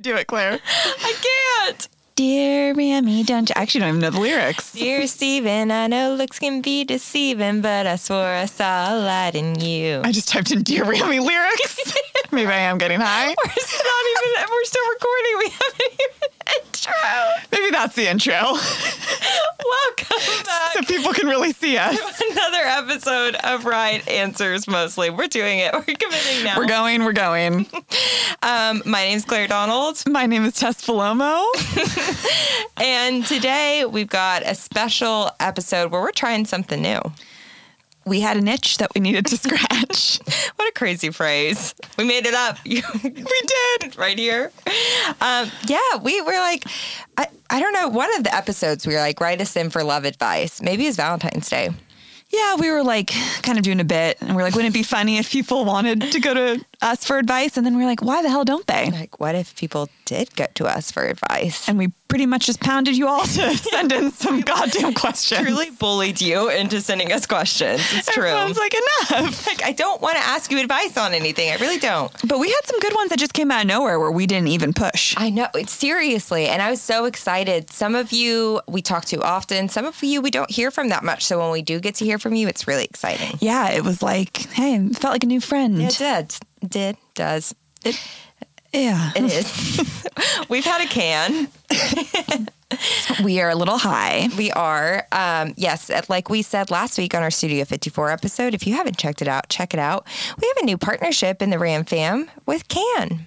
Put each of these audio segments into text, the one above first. do it, Claire. I can't. Dear Mammy, don't you? I actually don't even know the lyrics. Dear Steven, I know looks can be deceiving, but I swore I saw a light in you. I just typed in Dear Mammy lyrics. Maybe I am getting high. We're still not even. We're still recording. We haven't even intro. Maybe that's the intro. Welcome back so people can really see us. to another episode of Right Answers. Mostly, we're doing it. We're committing now. We're going, we're going. um, my name's Claire Donald, My name is Tess Palomo. and today we've got a special episode where we're trying something new. We had an itch that we needed to scratch. What a crazy phrase. We made it up. You- we did. right here. Um, yeah, we were like, I, I don't know. One of the episodes, we were like, write us in for love advice. Maybe it's Valentine's Day. Yeah, we were like kind of doing a bit and we're like, wouldn't it be funny if people wanted to go to us for advice? And then we're like, why the hell don't they? Like, what if people did go to us for advice? And we pretty much just pounded you all to send in some goddamn questions. Truly bullied you into sending us questions. It's true. Everyone's like, enough. like, I don't want to ask you advice on anything. I really don't. But we had some good ones that just came out of nowhere where we didn't even push. I know, it's seriously. And I was so excited. Some of you we talk to often, some of you we don't hear from that much. So when we do get to hear from you, it's really exciting. Yeah, it was like, hey, it felt like a new friend. It did, did, does. It, yeah. It is. We've had a can. we are a little high. We are. Um, yes, like we said last week on our Studio 54 episode, if you haven't checked it out, check it out. We have a new partnership in the Ram Fam with Can.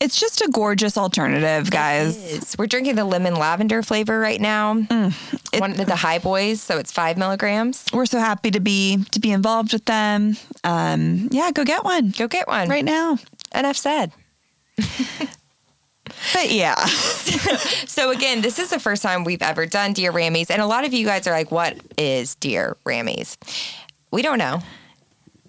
It's just a gorgeous alternative, guys. It's- We're drinking the lemon lavender flavor right now. Mm. One of the high boys, so it's five milligrams. We're so happy to be to be involved with them. Um, yeah, go get one Go get one. right now. Enough said. But yeah, So again, this is the first time we've ever done Dear Rammies, and a lot of you guys are like, "What is Dear Rammies?" We don't know.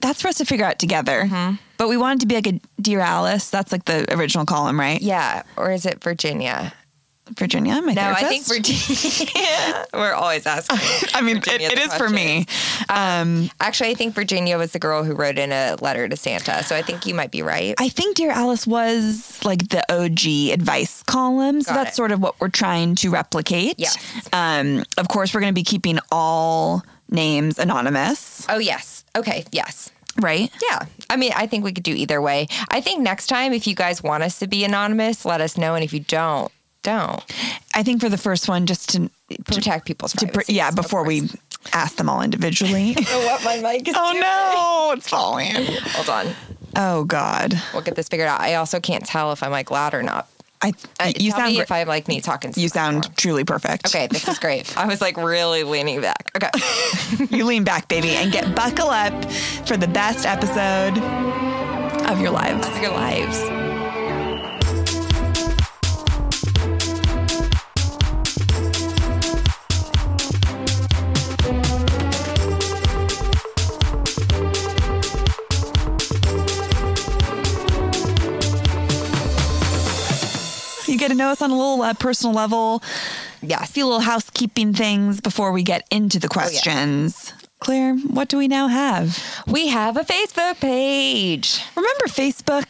that's for us to figure out together. Mm-hmm. But we wanted to be like a Dear Alice. That's like the original column, right? Yeah, or is it Virginia? Virginia, my No, I therapist. think Virginia. We're always asking. I mean, it, Virginia it the is for me. Um, Actually, I think Virginia was the girl who wrote in a letter to Santa, so I think you might be right. I think Dear Alice was like the OG advice column. So Got that's it. sort of what we're trying to replicate. Yes. Um, of course, we're going to be keeping all names anonymous, oh yes. Okay. Yes. right? Yeah. I mean, I think we could do either way. I think next time, if you guys want us to be anonymous, let us know, and if you don't, don't I think for the first one, just to, to, protect people's to privacy. yeah, before we ask them all individually. Oh, what my mic is. oh doing. no, it's falling. Hold on. Oh God. We'll get this figured out. I also can't tell if I'm like loud or not. I, Uh, you tell sound me gr- if I like me talking. you sound truly perfect. Okay, this is great. I was like really leaning back. Okay. you lean back, baby, and get buckle up for the best episode of your lives. Your lives. You get to know us on a little uh, personal level. Yes. A few little housekeeping things before we get into Oh, the questions. Claire, what do we now have? We have a Facebook page. Remember Facebook?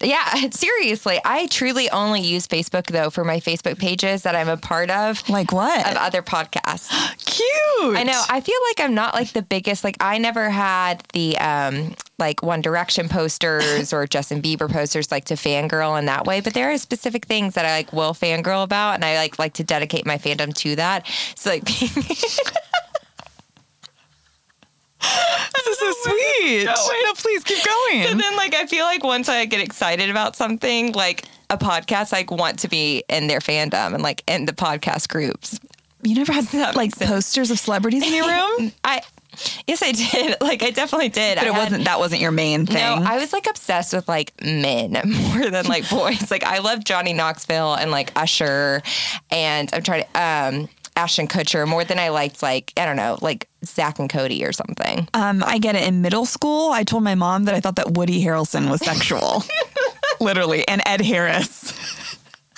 Yeah, seriously. I truly only use Facebook though for my Facebook pages that I'm a part of Like what? of other podcasts. Cute. I know. I feel like I'm not like the biggest like I never had the um like One Direction posters or Justin Bieber posters like to fangirl in that way, but there are specific things that I like will fangirl about and I like like to dedicate my fandom to that. So like This is so sweet. going. No, please keep going. And then like I feel like once I get excited about something, like a podcast, I want to be in their fandom and like in the podcast groups. You never had That like makes sense. posters of celebrities in your room? I yes I did. Like I definitely did. but I it had- wasn't that wasn't your main thing. No, I was like obsessed with like men more than like boys. Like I love Johnny Knoxville and like Usher and I'm trying to um Ashton Kutcher more than I liked like I don't know, like Zach and Cody or something. um, I get it in middle school. I told my mom that I thought that Woody Harrelson was sexual. Literally, and Ed Harris.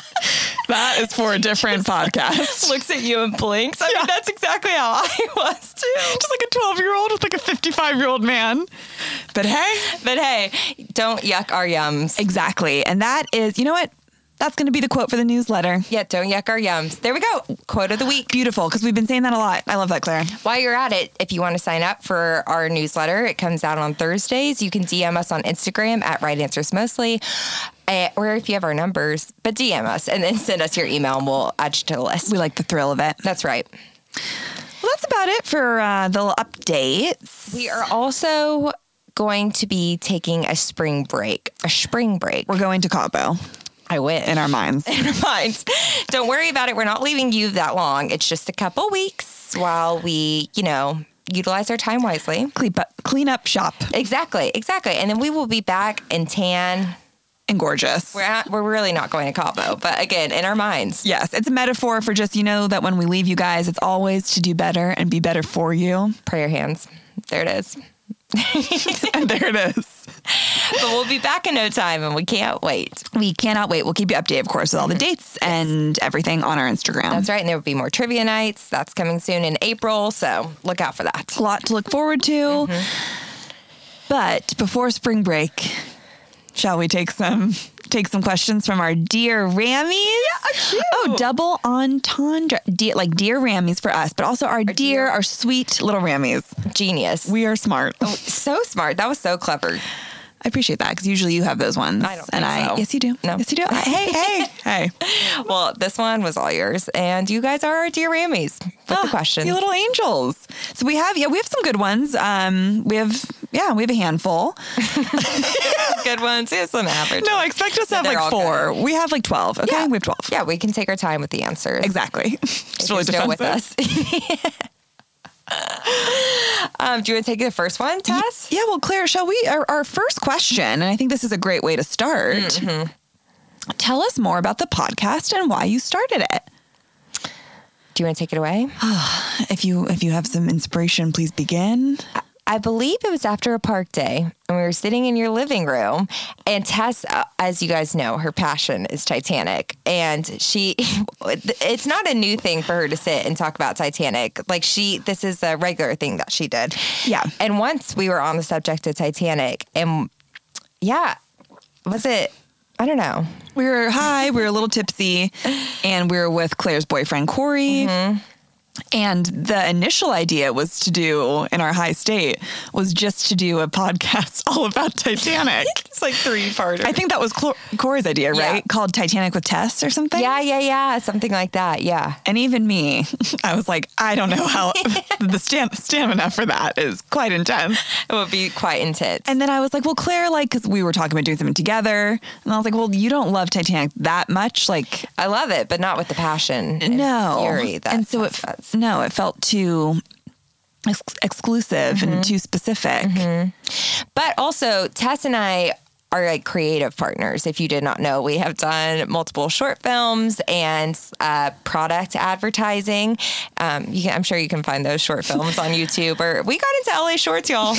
that is for a different podcast. Looks at you and blinks. I mean that's exactly how I was too. Just like a 12 year old with like a 55 year old man. But hey, But hey, don't yuck our yums. exactly. And that is, you know what? That's going to be the quote for the newsletter. Yeah, don't yuck our yums. There we go. Quote of the week. Beautiful, because we've been saying that a lot. I love that, Claire. While you're at it, if you want to sign up for our newsletter, it comes out on Thursdays. You can DM us on Instagram at Right Answers Mostly, eh, or if you have our numbers, but DM us and then send us your email and we'll add you to the list. We like the thrill of it. That's right. Well, that's about it for uh, the little updates. We are also going to be taking a spring break. A spring break. We're going to Cabo I wish. in our minds. minds. Don't worry about it. We're not leaving you that long. It's just a couple weeks while we, you know, utilize our time wisely. clean up, clean up shop Exactly, exactly. And then we will be back in tan. and gorgeous. We're at, we're really not going to Cabo, but again, in our minds. Yes, it's a metaphor for just, you know, that when we leave you guys, it's always to do better and be better for you. Prayer hands. There it is. and there it is. But we'll be back in no time and we can't wait. We cannot wait. We'll keep you updated, of course, with all the dates and everything on our Instagram. Mm-hmm. That's right. And there will be more trivia nights. That's coming soon in April. So look out for that. a lot to look forward to. Mm-hmm. But before spring break, shall we take some take some questions from our dear Rammies? oh, double entendre, dear, like dear Rammies for us, but also our, dear, dear- our sweet little Rammies. Genius. We are smart. Oh. so smart. That was so clever. I appreciate that because usually you have those ones. I don't And think I so. yes, you do. No. yes, you do. I- hey, hey, hey. Well, this one was all yours. And you guys are our dear Rammies with the Ah, questions. You little angels. So we have yeah, we have some good ones. Um, we have yeah, we have a handful. good ones. Yeah, some average. No, expect us to have they're like all four. We have like twelve. Okay, Yeah. we have twelve. Yeah, we can take our time with the answers. Exactly. It's if you're really still defensive. with us. um, do you want to take the first one, Tess? Yeah, well, Claire, shall we? Our, our first question, and I think this is a great way to start. Tell us more about the podcast and why you started it. Do you want to take it away? If you if you have some inspiration, please begin. I believe it was after a park day, and we were sitting in your living room. And Tess, uh, as you guys know, her passion is Titanic, and she—it's not a new thing for her to sit and talk about Titanic. Like she, this is a regular thing that she did. Yeah. And once we were on the subject of Titanic, and yeah, was it? I don't know. We were high, we were a little tipsy, and we were with Claire's boyfriend Corey. Mm-hmm. And the initial idea was to do in our high state was just to do a podcast all about Titanic. It's like three parter. I think that was Clo- Corey's idea, Yeah. right? Called Titanic with Tess or something. Yeah, yeah, yeah. Something like that. Yeah. And even me, I was like, I don't know how the stam- stamina for that is quite intense. It would be quite intense. And then I was like, well, Claire, like, because we were talking about doing something together. And I was like, well, you don't love Titanic that much. Like, I love it, but not with the passion. And no. Fury that and so it, f- no, it felt too ex- exclusive Mm-hmm. and too specific. But also, Tess and I are like creative partners. If you did not know, we have done multiple short films and uh, product advertising. Um, you can, I'm sure you can find those short films on YouTube. Or we got into LA Shorts, y'all.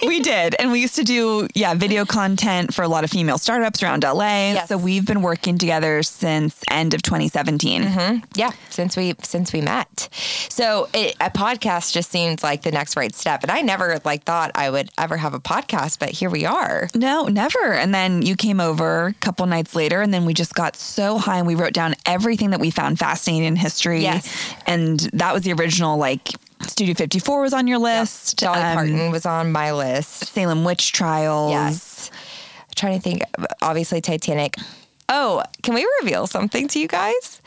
we did. And we used to do, yeah, video content for a lot of female startups around LA. Yes. So we've been working together since end of 2017. yeah, since we since we met. So it, a podcast just seemed like the next right step. And I never like thought I would ever have a podcast, but here we are. No, never. And then you came over a couple nights later, and then we just got so high and we wrote down everything that we found fascinating in history. Yes. And that was the original, like, Studio 54 was on your list. Dolly um, Parton was on my list. Salem Witch Trials. Yes. I'm trying to think. Obviously, Titanic. Oh, can we reveal something to you guys?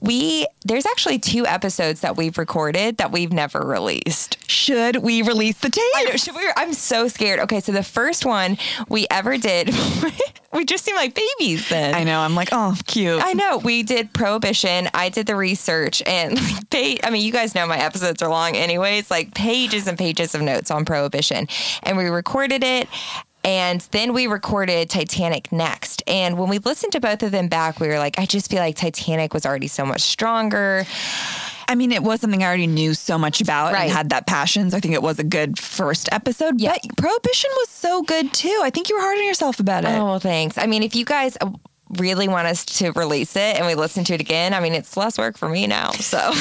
We there's actually two episodes that we've recorded that we've never released. Should we release the tape? I know, should we? I'm so scared. Okay, so the first one we ever did, we just seemed like babies then. I know. I'm like, oh, cute. I know we did prohibition. I did the research and like, page. I mean, you guys know my episodes are long, anyways. Like pages and pages of notes on prohibition, and we recorded it. And then we recorded Titanic next. And when we listened to both of them back, we were like, I just feel like Titanic was already so much stronger. I mean, it was something I already knew so much about Right. and had that passion. So I think it was a good first episode. Yeah. But Prohibition was so good too. I think you were hard on yourself about it. Oh, thanks. I mean, if you guys. really want us to release it and we listen to it again, I mean, it's less work for me now. So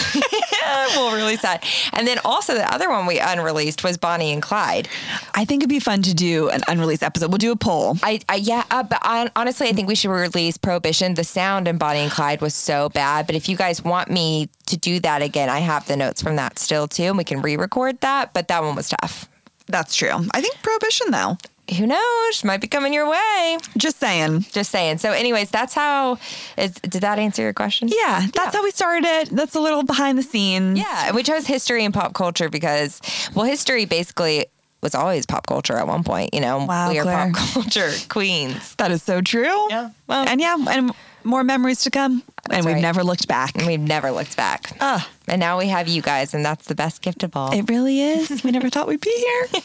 we'll release that. And then also the other one we unreleased was Bonnie and Clyde. I think it'd be fun to do an unreleased episode. We'll do a poll. I, I yeah, uh, but on, honestly, I think we should release Prohibition. The sound in Bonnie and Clyde was so bad. But if you guys want me to do that again, I have the notes from that still too, and we can re-record that. But that one was tough. That's true. I think prohibition though. Who knows? Might be coming your way. Just saying. Just saying. So, anyways, that's how. Is, did that answer your question? Yeah, that's how we started it. That's a little behind the scenes. Yeah, and we chose history and pop culture because, well, history basically was always pop culture at one point. You know, Wow, we are Claire. pop culture queens. That is so true. Yeah, well- and yeah, and more memories to come. and we've right. Mm. never looked back. And we've never looked back. Ah. And now we have you guys, and that's the best gift of all. It really is. We never thought we'd be here.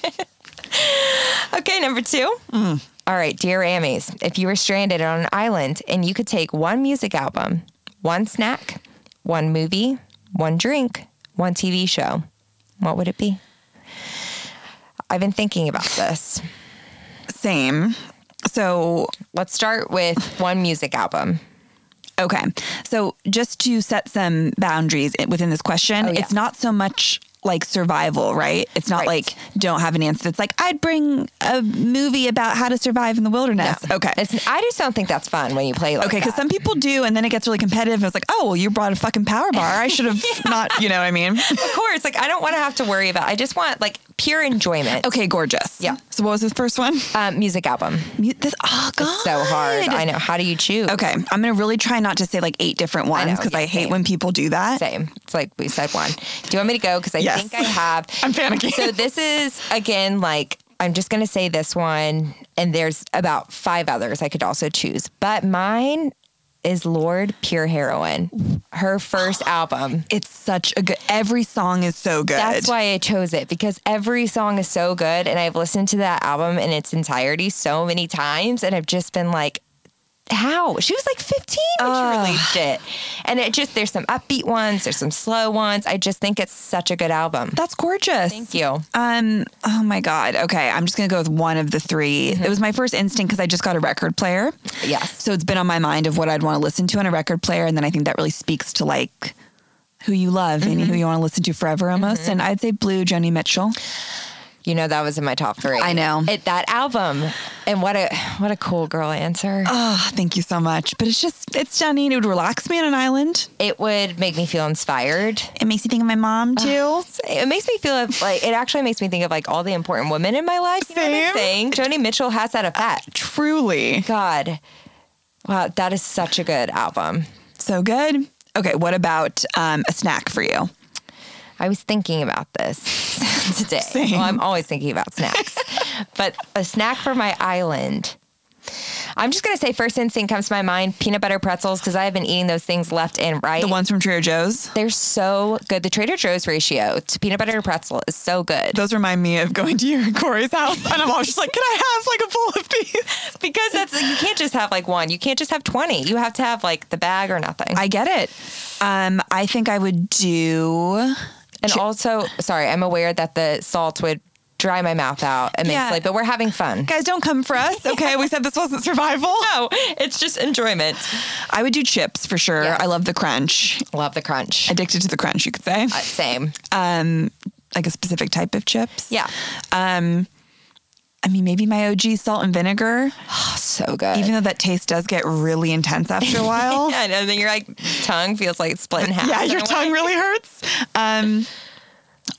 Okay, number two. Mm. All right, dear Amys, if you were stranded on an island and you could take one music album, one snack, one movie, one drink, one TV show, what would it be? I've been thinking about this. Same. So Let's start with one music album. Okay. So just to set some boundaries i- within this question, Oh, yeah. it's not so much like survival, right? It's not Right. like don't have an answer. It's like I'd bring a movie about how to survive in the wilderness. Okay. It's, I just don't think that's fun when you play like okay, because that. some people do, and then it gets really competitive. And it's like, oh, well, you brought a fucking power bar. I should have not, you know what I mean? of course, like I don't want to have to worry about. I just want like pure enjoyment. Okay, gorgeous. Yeah. So what was the first one? Um, music album. Mute this. Oh, God. It's so hard. I know. How do you choose? Okay, I'm going to really try not to say like eight different know, ones because yeah, I hate same. when people do that. Same. It's like we said one. Do you want me to go? Because I Yes. think I have. I'm panicking. So this is again like I'm just gonna say this one, and there's about five others I could also choose, but mine is Lord Pure Heroine, her first album. It's such a good, every song is so good. That's why I chose it because every song is so good, and I've listened to that album in its entirety so many times, and I've just been like, "How?" She was like 15 when she released it, and it just there's some upbeat ones, there's some slow ones. I just think it's such a good album. That's gorgeous. Thank you. Um. Oh my God. Okay. I'm just gonna go with one of the 3 It was my first instinct because I just got a record player. Yes. So it's been on my mind of what I'd want to listen to on a record player, and then I think that really speaks to like who you love and who you want to listen to forever almost. And I'd say Blue Joni Mitchell. You know that was in my top three. I know. it, that album, and what a what a cool girl answer. Oh, thank you so much. But it's just it's stunning. It would relax me on an island. It would make me feel inspired. It makes you think of my mom too. It makes me feel of, like it actually makes me think of like all the important women in my life. You know what Same. I'm saying? Joni Mitchell has that effect. Truly, God, wow, that is such a good album. so good. Okay. What about um, a snack for you? I was thinking about this today. Same. Well, I'm always thinking about snacks, but a snack for my island. I'm just gonna say first instinct comes to my mind: peanut butter pretzels because I have been eating those things left and right. The ones from Trader Joe's. They're so good. The Trader Joe's ratio to peanut butter to pretzel is so good Those remind me of going to your and Corey's house, and I'm always just like, "Can I have like a bowl of these?" because that's you can't just have like one. You can't just have twenty. You have to have like the bag or nothing. I get it. Um, I think I would do. and also, sorry, I'm aware that the salt would dry my mouth out immensely, Yeah. but we're having fun. Guys, don't come for us. Okay, we said this wasn't survival. No, it's just enjoyment. I would do chips for sure. Yeah. I love the crunch. Love the crunch. Addicted to the crunch, you could say. Same. Um, like a specific type of chips. Yeah. Um, I mean, maybe my OG salt and vinegar, Oh, So good. even though that taste does get really intense after a while. yeah, and then your like tongue feels like split in half. yeah, in your a way. tongue really hurts. Um,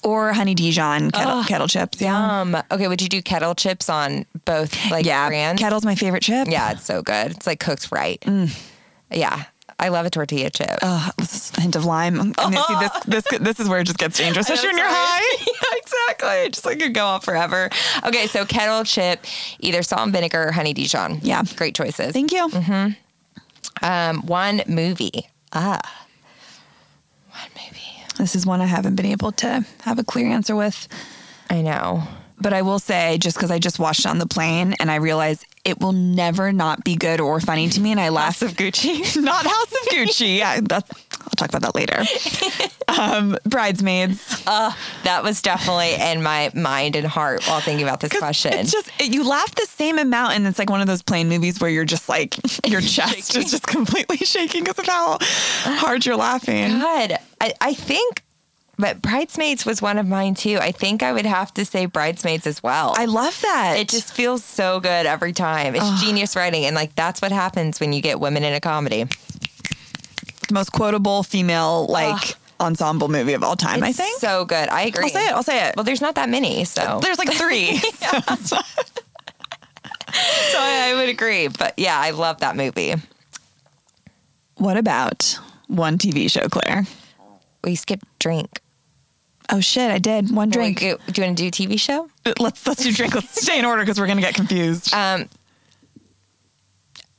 or honey Dijon kettle, kettle chips. Yeah. Um. Okay. Would you do kettle chips on both like yeah. brands? Kettle's my favorite chip. Yeah, it's so good. It's like cooked right. Yeah. I love a tortilla chip. Ugh, this is a Uh, hint of lime. And then see, this, this, this is where it just gets dangerous, I know, especially when you're sorry. high. yeah, exactly. Just like could go on forever. Okay, so kettle chip, either salt and vinegar or honey Dijon. Yeah. Great choices. Thank you. Um, one movie. Ah. One movie. This is one I haven't been able to have a clear answer with. I know. But I will say, just because I just watched it on the plane and I realized it will never not be good or funny to me, and I laugh. of Gucci. not House of Gucci. Yeah, that's, I'll talk about that later. Um, Bridesmaids. Uh, that was definitely in my mind and heart while thinking about this 'Cause question. It's just, it- you laugh the same amount, and it's like one of those plane movies where you're just like, your chest is just completely shaking because of how hard you're laughing. God, I, I think, but Bridesmaids was one of mine too. I think I would have to say Bridesmaids as well. I love that. it just feels so good every time. It's genius writing. And like, that's what happens when you get women in a comedy. the most quotable female, like, ensemble movie of all time, I It's think. so good. I agree. I'll say it. I'll say it. Well, there's not that many, so There's like three. so I, I would agree. But yeah, I love that movie. What about one TV show, Claire? We skipped drink. Oh shit, I did one drink. Do you want to do a TV show? Let's let's do drink. Let's stay in order because we're gonna get confused. Um,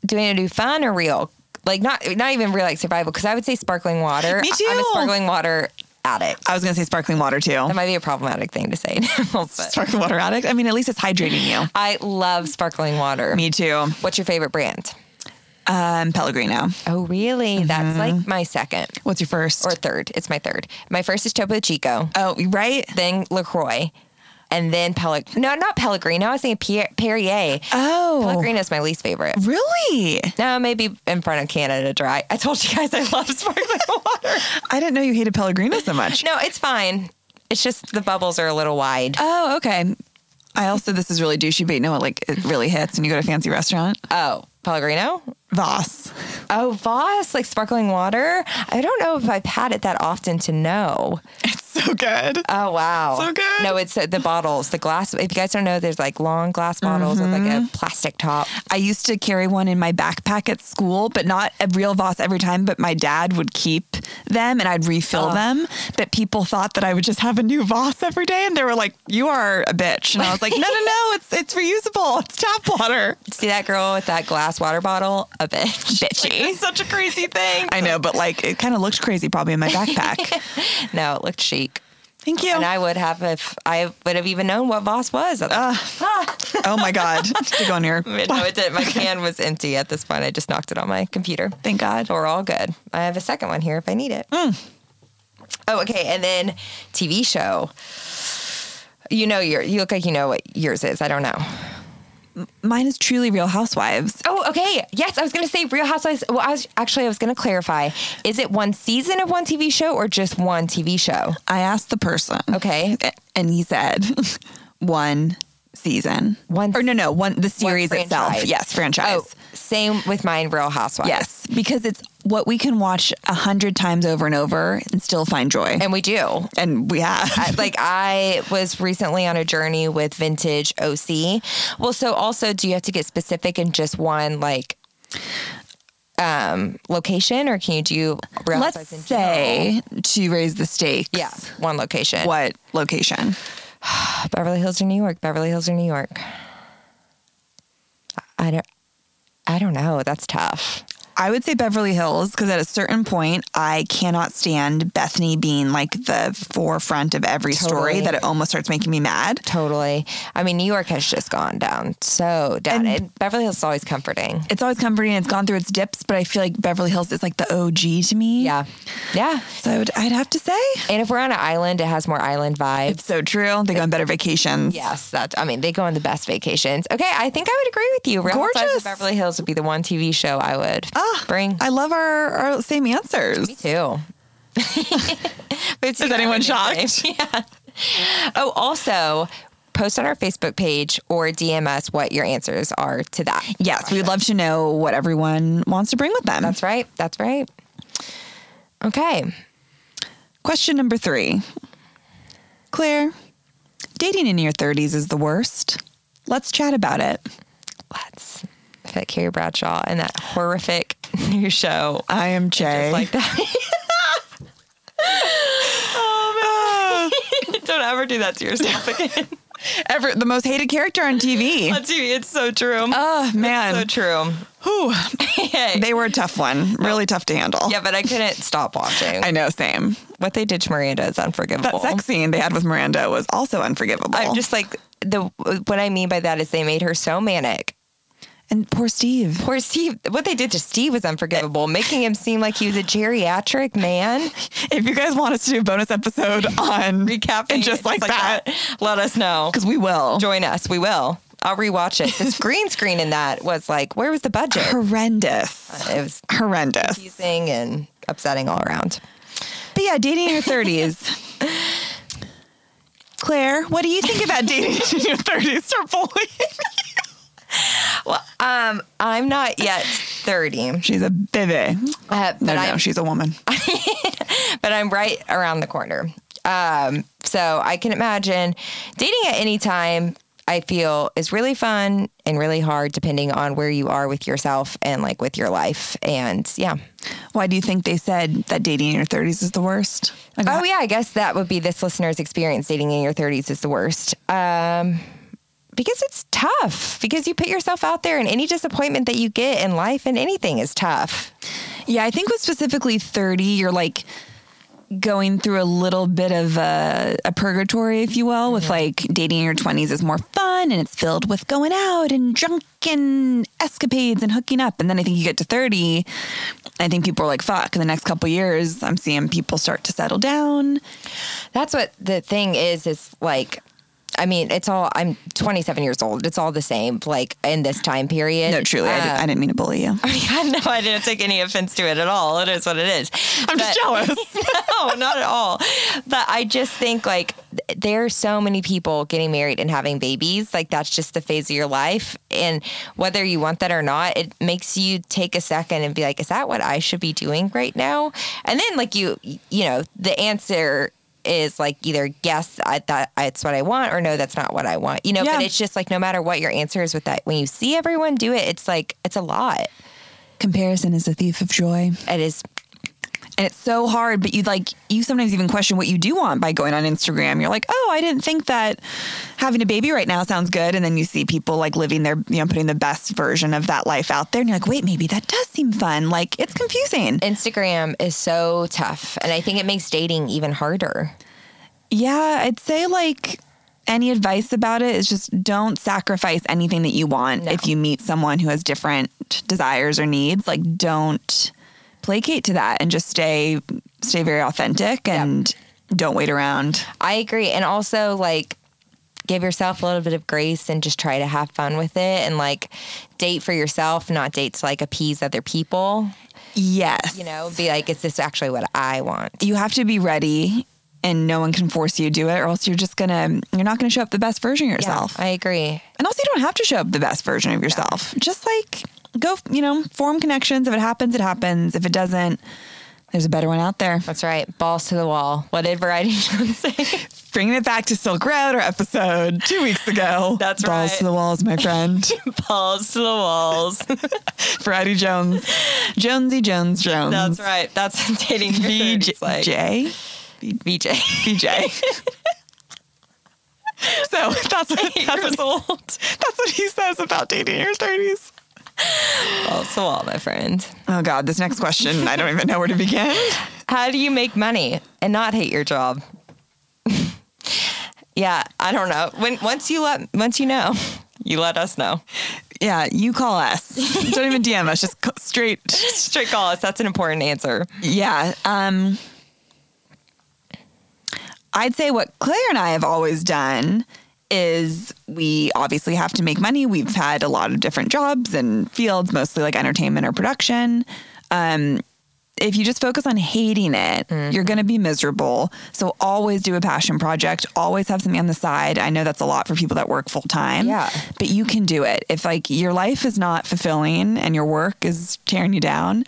do we want to do fun or real? Like not not even real like survival because I would say sparkling water. Me I- I'm a too. sparkling water addict. I was gonna say sparkling water too. That might be a problematic thing to say. now, but Sparkling water addict. I mean, at least it's hydrating you. I love sparkling water. Me too. What's your favorite brand? Um, Pellegrino. Oh, really? That's like my second What's your first? or third. It's my third. My first is Topo Chico. oh, right. then Lacroix, and then Pelleg. No, not Pellegrino. I was thinking Pier- Perrier. Oh, Pellegrino is my least favorite. really? No, maybe in front of Canada Dry. I told you guys I love sparkling water. I didn't know you hated Pellegrino so much. No, it's fine. It's just the bubbles are a little wide. Oh, okay. I also this is really douchey, but you know what? Like it really hits when you go to a fancy restaurant. Oh, Pellegrino? Voss. Oh, Voss, like sparkling water. I don't know if I've had it that often to know. It's so good. Oh, wow. So good. No, it's uh, the bottles, the glass. If you guys don't know, there's like long glass bottles with like a plastic top. I used to carry one in my backpack at school, but not a real Voss every time. But my dad would keep them and I'd refill them. But people thought that I would just have a new Voss every day, and they were like, "You are a bitch." And I was like, "No, no, no! It's it's reusable. It's tap water." See that girl with that glass water bottle? A bitch. Bitchy. It's such a crazy thing. I know, but like it kind of looked crazy probably in my backpack. No, it looked chic. Thank you. And I would have if I would have even known what Voss was. Uh, oh my god, to go in here. no, it didn't. My can was empty at this point. I just knocked it on my computer. Thank God. So we're all good. I have a second one here if I need it. Oh, okay. And then TV show. You know your. You look like you know what yours is. I don't know. Mine is truly Real Housewives. Oh, okay. Yes, I was gonna say Real Housewives. Well, I was actually I was gonna clarify. Is it one season of one TV show or just one TV show? I asked the person. Okay. A- and he said one season One- or no no one the series itself franchise. yes Oh, franchise same with mine. Real Housewives. yes because it's what we can watch a hundred times over and over and still find joy and, and we do. we have I- like I was recently on a journey with vintage OC. Well, so also, do you have to get specific in just one like um location, or can you do? Real let's Housewives in general? say to raise the stakes yeah, one location. what location Beverly Hills or New York? Beverly Hills or New York? I- I don't. I don't know. That's tough. I would say Beverly Hills because at a certain point, I cannot stand Bethany being like the forefront of every story Totally. that it almost starts making me mad. Totally. I mean, New York has just gone down so down. And Beverly Hills is always comforting. It's always comforting. It's gone through its dips, but I feel like Beverly Hills is like the OG to me. Yeah. Yeah. So I would, I'd have to say. And if we're on an island, it has more island vibes. It's so true. They go on better vacations. Yes, that I mean they go on the best vacations. Okay, I think I would agree with you. Real Housewives of Gorgeous. Beverly Hills would be the one TV show I would Ah, bring I love our, our same answers. too. Is anyone Yeah. Oh, also post on our Facebook page or DM us what your answers are to that. Yes, we'd love to know what everyone wants to bring with them. That's right. That's right. Okay. Question number three Claire, dating in your 30s is the worst. Let's chat about it. Let's fit Carrie Bradshaw and that horrific new show. I am Jay. like that. oh man! Don't ever do that to yourself again Ever, the most hated character on TV. on TV. It's so true. Oh, man. so true. Whew. Hey. They were a tough one. Really tough to handle. yeah, but I couldn't stop watching. I know, same. what they did to Miranda is That unforgivable. sex scene they had with Miranda was also unforgivable. I'm just like the what I mean by that is they made her so manic. And poor Steve. Poor Steve. What they did to Steve was unforgivable, making him seem like he was a geriatric man. If you guys want us to do a bonus episode on Recapping and just like that, "Ah, Let us know. because we will. Join us. We will. I'll rewatch it. This green screen in that was like, where was the budget? Horrendous. It was Horrendous. confusing and upsetting all around. But yeah, dating in your 30s. Claire, what do you think about dating in your 30s? Start bullying. Um, I'm not yet 30, She's a baby. uh, but, No, no, I'm, she's a woman. but I'm right around the corner. Um, so I can imagine dating at any time. I feel is really fun and really hard depending on where you are with yourself and like with your life. And yeah. Why do you think they said that dating in your 30s is the worst? Like, Oh yeah, I guess that would be this listener's experience dating in your 30s is the worst. Um because it's tough because you put yourself out there and any disappointment that you get in life and anything is tough. Yeah, I think with specifically 30, you're like going through a little bit of a, a purgatory, if you will, with like dating in your 20s is more fun and it's filled with going out and drunk and escapades and hooking up. And then I think you get to 30, I think people are like, fuck, in the next couple years, I'm seeing people start to settle down. That's what the thing is is like I mean, it's all I'm 27 years old. It's all the same like in this time period. Um, No, truly, I, did, I didn't mean to bully you. I know I didn't take any offense to it at all. It is what it is. I'm just jealous. no, not at all. But I just think like th- there are so many people getting married and having babies. Like that's just the phase of your life. And whether you want that or not, it makes you take a second and be like, is that what I should be doing right now? And then like you, you know, the answer is like either yes, I that it's what I want or no, that's not what I want. You know, Yeah. but it's just like no matter what your answer is with that, when you see everyone do it, it's like it's a lot. Comparison is the thief of joy. It is And it's so hard, but you like, you sometimes even question what you do want by going on Instagram. You're like, oh, I didn't think that having a baby right now sounds good. And then you see people like living their, you know, putting the best version of that life out there. And you're like, wait, maybe that does seem fun. Like, it's confusing. Instagram is so tough, and I think it makes dating even harder. Yeah, I'd say like any advice about it is just don't sacrifice anything that you want No. if you meet someone who has different desires or needs. Like don't placate to that and just stay stay very authentic and don't wait around. I agree, and also like give yourself a little bit of grace and just try to have fun with it, and like date for yourself, not date to like appease other people. Yes. You know, be like, is this actually what I want? you have to be ready and no one can force you to do it or else you're just gonna you're not gonna show up the best version of yourself. I agree. And also, you don't have to show up the best version of yourself. Just like go, you know, form connections. If it happens, it happens. If it doesn't, there's a better one out there. That's right. Balls to the wall. What did Variety Jones say? Bringing it back to Silk Road, our episode two weeks ago. That's Balls right. to the walls, my friend. Balls to the walls. Variety Jones. Jonesy Jones Jones. right. That's dating. VJ. J? VJ. VJ. so that's what, that's, what, that's what he says about dating in your 30s. Balls to the wall, my friend. Oh, God, this next question, I don't even know where to begin. How do you make money and not hate your job? yeah, I don't know. When once you let once you know, you let us know. Yeah, you call us. Don't even DM us. Just c- straight. Straight call us. That's an important answer. Yeah. Um, I'd say what Claire and I have always done is we obviously have to make money. We've had a lot of different jobs and fields, mostly like entertainment or production. Um, if you just focus on hating it, you're going to be miserable. So always do a passion project. Always have something on the side. I know that's a lot for people that work full time. Yeah. But you can do it. If like your life is not fulfilling and your work is tearing you down,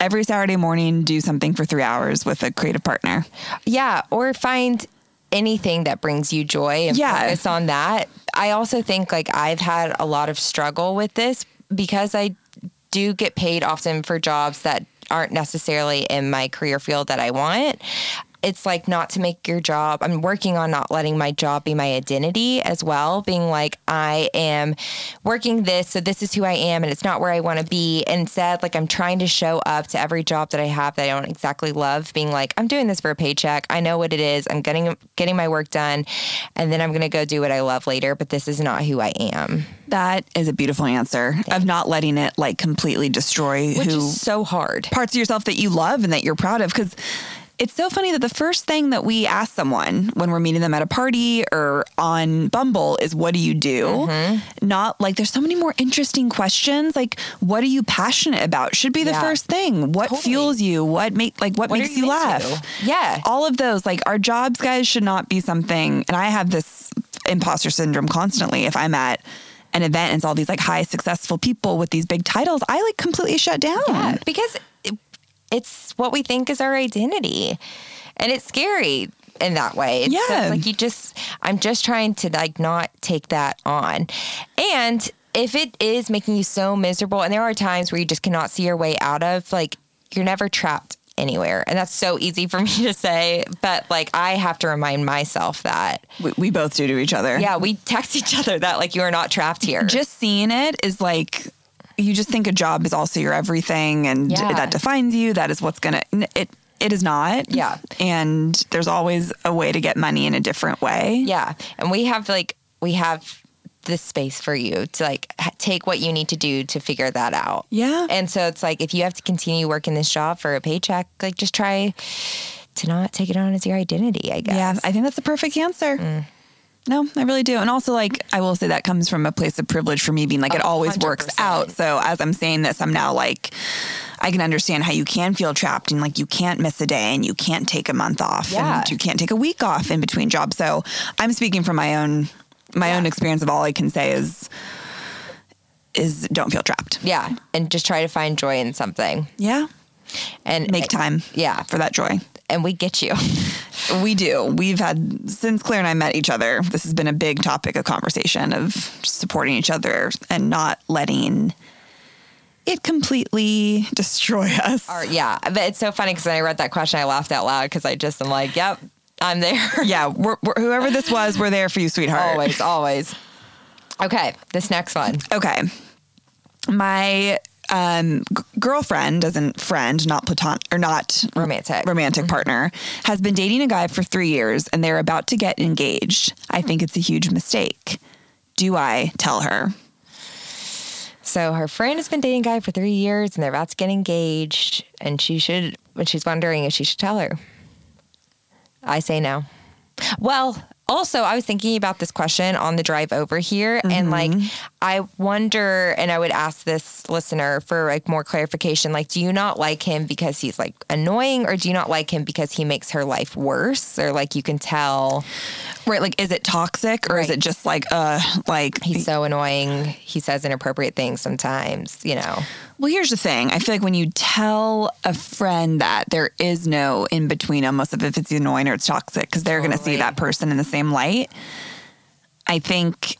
every Saturday morning do something for 3 hours with a creative partner. Yeah, or find anything that brings you joy and Yeah. focus on that. I also think like I've had a lot of struggle with this because I do get paid often for jobs that aren't necessarily in my career field that I want. it's like not to make your job. I'm working on not letting my job be my identity as well, being like I am working this, so this is who I am, and it's not where I want to be. And Instead, like I'm trying to show up to every job that I have that I don't exactly love, being like I'm doing this for a paycheck. I know what it is. I'm getting getting my work done, and then I'm gonna go do what I love later. But this is not who I am, That is a beautiful answer of not letting it like completely destroy which who is so hard. parts of yourself that you love and that you're proud of because it's so funny that the first thing that we ask someone when we're meeting them at a party or on Bumble is what do you do? Mm-hmm. Not like there's so many more interesting questions like what are you passionate about should be the Yeah. first thing. What Totally. fuels you? What make like what, What are makes you you, laugh? into? Yeah. All of those like our jobs guys should not be something and I have this imposter syndrome constantly if I'm at an event and it's all these like high successful people with these big titles, I like completely shut down. Yeah, because it- it's what we think is our identity, and it's scary in that way. It's, Yeah. it's like you just, I'm just trying to like not take that on, and if it is making you so miserable, and there are times where you just cannot see your way out of, like you're never trapped anywhere, and that's so easy for me to say, but like I have to remind myself that, We, we both do to each other. yeah, we text each other that like you are not trapped here. Just seeing it is like, you just think a job is also your everything and Yeah. that defines you. That is what's going to, it, it is not. Yeah. And there's always a way to get money in a different way. Yeah. And we have like, we have this space for you to like ha- take what you need to do to figure that out. Yeah. And so it's like, if you have to continue working this job for a paycheck, like just try to not take it on as your identity, I guess. Mm. Yeah. I think that's the perfect answer. No, I really do. And also, like, I will say that comes from a place of privilege for me being like, it Oh, always works 100%. out. So, as I'm saying this, I'm now like, I can understand how you can feel trapped and like you can't miss a day and you can't take a month off Yeah. and you can't take a week off in between jobs. So, I'm speaking from my own my own experience of all I can say is is don't feel trapped. yeah. And just try to find joy in something Yeah. and Make time Yeah. for that joy. And we get you. We do. We've had since Claire and I met each other. This has been a big topic of conversation of supporting each other and not letting it completely destroy us. Or- yeah. But it's so funny because when I read that question, I laughed out loud because I just am like, yep, I'm there. yeah, we're, we're, whoever this was, we're there for you, sweetheart. always, always. Okay. This next one. Okay, my um, g- girlfriend, as in friend, not platonic or not Romantic. romantic partner, has been dating a guy for three years, and they're about to get engaged. I think it's a huge mistake. Do I tell her? So her friend has been dating a guy for three years and they're about to get engaged and she should but she's wondering if she should tell her. I say no. Well, also I was thinking about this question on the drive over here and like I wonder and I would ask this listener for like more clarification like do you not like him because he's like annoying or do you not like him because he makes her life worse or like you can tell Right, like is it toxic or is Right. it just like uh like he's so annoying, he says inappropriate things sometimes, you know. well here's the thing. I feel like when you tell a friend that there is no in between almost of if it's annoying or it's toxic cuz they're going to see Totally. that person in the same light. I think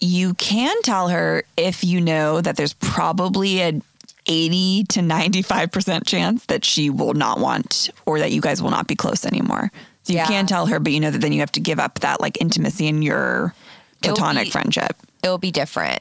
you can tell her if you know that there's probably a 80 to 95% chance that she will not want or that you guys will not be close anymore. So you Yeah. can tell her but you know that then you have to give up that like intimacy in your It'll platonic be- friendship. it'll be different.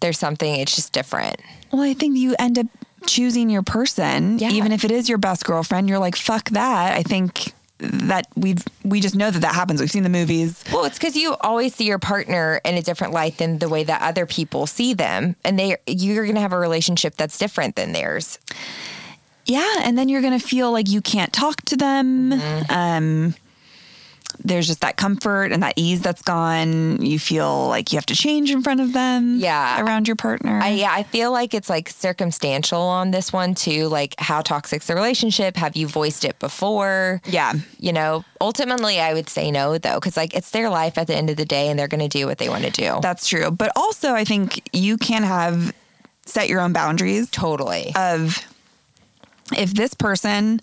There's something, it's just different. Well, I think you end up choosing your person, Yeah. even if it is your best girlfriend. You're like, fuck that. I think that we've we just know that that happens. We've seen the movies. Well, it's because you always see your partner in a different light than the way that other people see them. And they you're gonna have a relationship that's different than theirs. Yeah, and then you're gonna feel like you can't talk to them. Um, there's just that comfort and that ease that's gone. You feel like you have to change in front of them. Yeah. around your partner. I, yeah, I feel like it's like circumstantial on this one too. Like, how toxic's the relationship? Have you voiced it before? yeah, You know, ultimately, I would say no though, because like it's their life at the end of the day, and they're gonna do what they want to do. that's true. But also, I think you can have set your own boundaries. totally. of if this person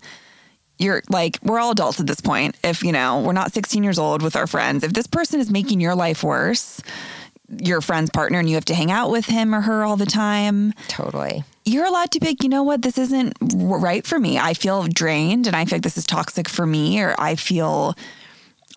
you're like we're all adults at this point if you know we're not 16 years old with our friends if this person is making your life worse your friend's partner and you have to hang out with him or her all the time totally. you're allowed to be like, you know what, this isn't w- right for me. I feel drained and I feel like this is toxic for me, or I feel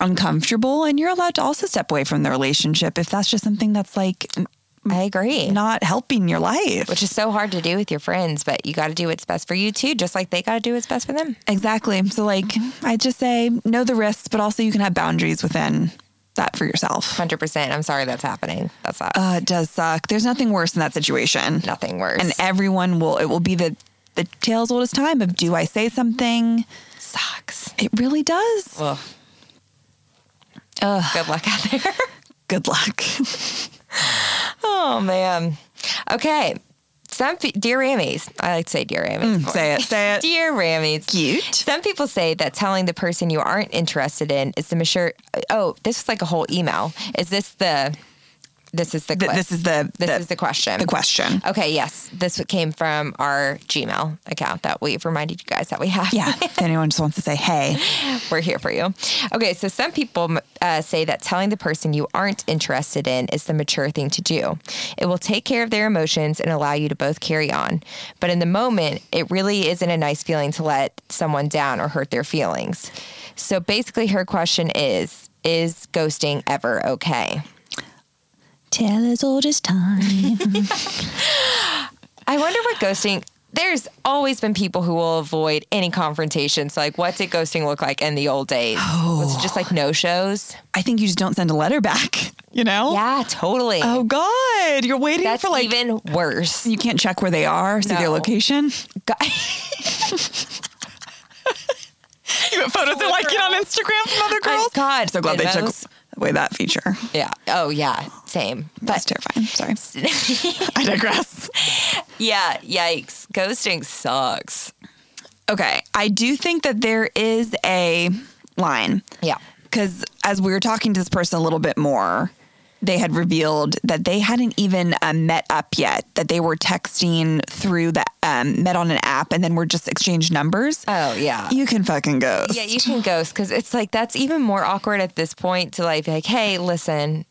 uncomfortable. And you're allowed to also step away from the relationship if that's just something that's like n- I agree. not helping your life. Which is so hard to do with your friends, but you got to do what's best for you too, just like they got to do what's best for them. exactly. So, like, Mm-hmm. I just say know the risks, but also you can have boundaries within that for yourself. 100%. I'm sorry that's happening. That's not, Uh, it does suck. There's nothing worse than that situation. nothing worse. And everyone will, it will be the, the tale's oldest time of do I say something? sucks. It really does. Well, good luck out there. Good luck. oh, man. Okay. Some pe- dear Rammies, I like to say dear Rammies. more. Mm, say it, say it. Dear Rammies, Cute. Some people say that telling the person you aren't interested in is the mature. Oh, this is like a whole email. Is this the? This is the. Th- quest- this is the- This the- is Oh. the question. The question. Okay. Yes, this came from our Gmail account that we've reminded you guys that we have. Yeah. if anyone just wants to say, hey, We're here for you. Okay, so some people uh, say that telling the person you aren't interested in is the mature thing to do. It will take care of their emotions and allow you to both carry on. But in the moment, it really isn't a nice feeling to let someone down or hurt their feelings. So basically, her question is Is ghosting ever okay? tell us all this time. I wonder what ghosting. There's always been people who will avoid any confrontations. Like, what did ghosting look like in the old days? Was it just Oh. like no shows? I think you just don't send a letter back, you know? Yeah, totally. Oh, God. You're waiting That's for like, even worse. you can't check where they are, see their No. location. Guys, You have photos they're liking on Instagram from other girls. God, Oh, so glad they took Venmos. away that feature. yeah. Oh, yeah. Same. That's But terrifying. Sorry. I digress. yeah, yikes. Ghosting sucks. Okay. I do think that there is a line. Yeah. Because as we were talking to this person a little bit more, they had revealed that they hadn't even uh, met up yet, that they were texting through the, um, met on an app and then were just exchanged numbers. Oh, yeah. you can fucking go. yeah, you can ghost because it's like that's even more awkward at this point to like, be like, hey, listen,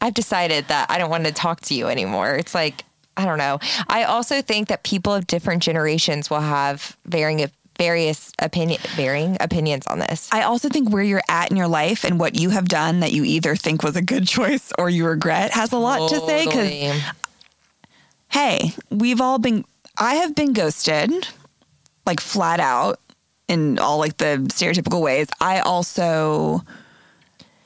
I've decided that I don't want to talk to you anymore. It's like, I don't know. I also think that people of different generations will have varying various opinion varying opinions on this. I also think where you're at in your life and what you have done that you either think was a good choice or you regret has a lot to say. Because, Totally. hey, we've all been, I have been ghosted, like flat out in all like the stereotypical ways. I also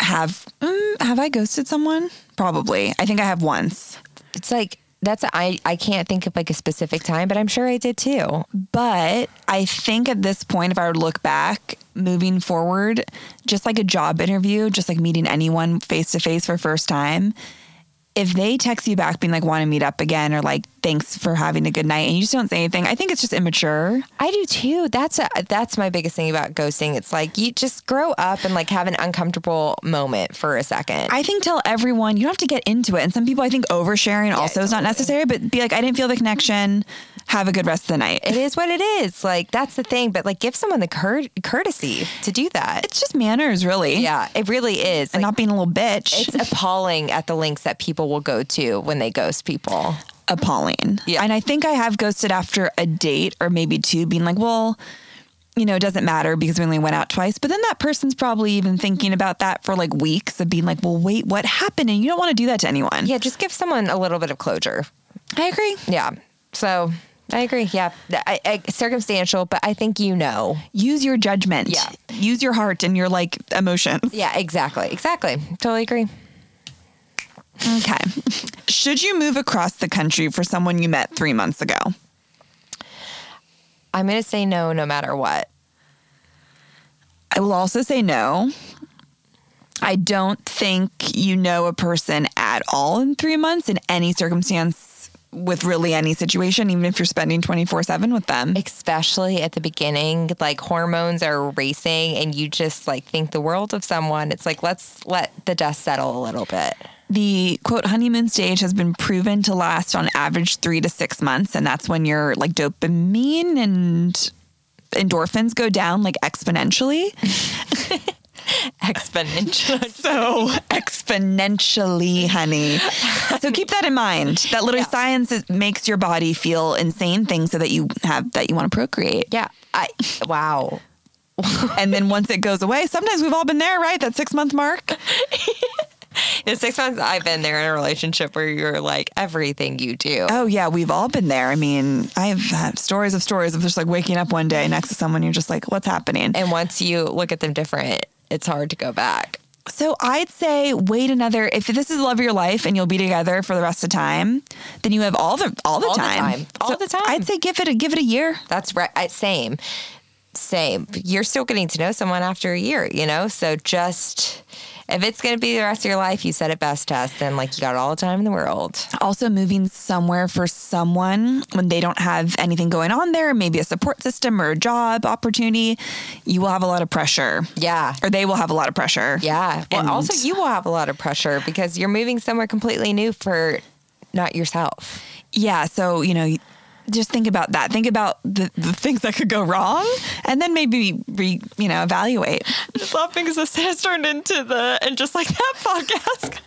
have, mm, have I ghosted someone? Probably. I think I have once. it's like that's I I can't think of like a specific time, but I'm sure I did too. But I think at this point, if I were to look back, moving forward, just like a job interview, just like meeting anyone face to face for the first time, if they text you back being like, want to meet up again or like, thanks for having a good night, and you just don't say anything, I think it's just immature. I do too. That's a, that's my biggest thing about ghosting. It's like you just grow up and like have an uncomfortable moment for a second. I think tell everyone you don't have to get into it. And some people, I think oversharing also is not necessary, but be like, I didn't feel the connection. Have a good rest of the night. it is what it is. Like that's the thing, but like give someone the cour- courtesy to do that. It's just manners, really. Yeah, it really is. And Like, not being a little bitch. it's appalling at the links that people will go to when they ghost people. appalling. Yeah. And I think I have ghosted after a date or maybe two, being like, well, you know, it doesn't matter because we only went out twice. But then that person's probably even thinking about that for like weeks of being like, well, wait, what happened? And you don't want to do that to anyone. Yeah, just give someone a little bit of closure. I agree. Yeah. So I agree. Yeah, I, I, circumstantial, but I think you know. Use your judgment. Yeah. Use your heart and your like emotions. Yeah, exactly. Exactly. Totally agree. Okay. Should you move across the country for someone you met three months ago? I'm going to say no no matter what. I will also say no. I don't think you know a person at all in three months in any circumstance with really any situation, even if you're spending 24 7 with them. Especially at the beginning, like hormones are racing and you just like think the world of someone. It's like, let's let the dust settle a little bit. The quote honeymoon stage has been proven to last on average three to six months. And that's when your like dopamine and endorphins go down like exponentially. Exponential. so exponentially, honey. So keep that in mind. That literally science is, makes your body feel insane things so that you have that you want to procreate. yeah. I wow. And then once it goes away, sometimes we've all been there, right? That six month mark. The six months I've been there in a relationship where you're like everything you do. Oh yeah, we've all been there. I mean, I've had stories of stories of just like waking up one day next to someone, you're just like, what's happening? And once you look at them different, it's hard to go back. So I'd say wait another. If this is love of your life and you'll be together for the rest of time, then you have all the all the All the time, time. All the time. I'd say give it a give it a year. That's right. I- Same. Same. You're still getting to know someone after a year, you know? So just if it's going to be the rest of your life, you said it best to us, then like you got all the time in the world. Also, moving somewhere for someone when they don't have anything going on there, maybe a support system or a job opportunity, you will have a lot of pressure. Yeah. Or they will have a lot of pressure. Yeah. Well, And- also, you will have a lot of pressure because you're moving somewhere completely new for not yourself. yeah. So, you know, just think about that. Think about the, the things that could go wrong and then maybe re, you know, evaluate. Just laughing because this has turned into the, and just like that podcast.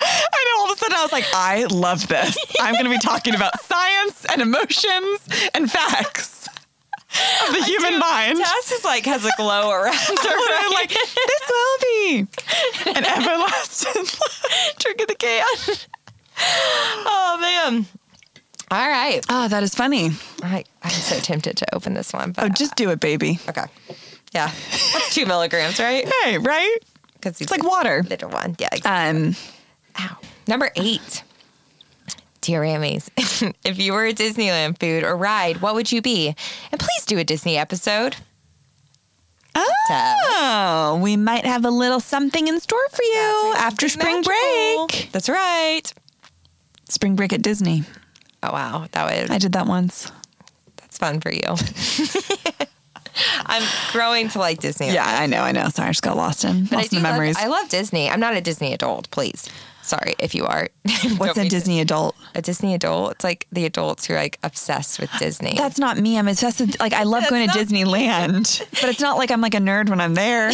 I know. All of a sudden, I was like, I love this. I'm going to be talking about science and emotions and facts of the human mind. Tess is like, has a glow around her. I'm like, this will be an everlasting trick of the can. oh, man. All right. Oh, that is funny. I, I'm so tempted to open this one, but Oh, just do it, baby. Okay. Yeah. That's two milligrams, right? Hey, right? Because It's like water. little one. Yeah. Um, Ow. Number eight. Dear Rammies, if you were a Disneyland food or ride, what would you be? And please do a Disney episode. oh, we might have a little something in store for you That's after spring magical. break. That's right. Spring break at Disney. Oh wow, that I was did that once. that's fun for you. I'm growing to like Disney. Yeah, I know, I know. Sorry, I just got lost in but I lost do in the love- memories. I love Disney. I'm not a Disney adult, please. Sorry if you are. Don't What's a mean to- Disney adult? a Disney adult. It's like the adults who are like obsessed with Disney. That's not me. I'm obsessed with like I love going to Disneyland, but it's not like I'm like a nerd when I'm there.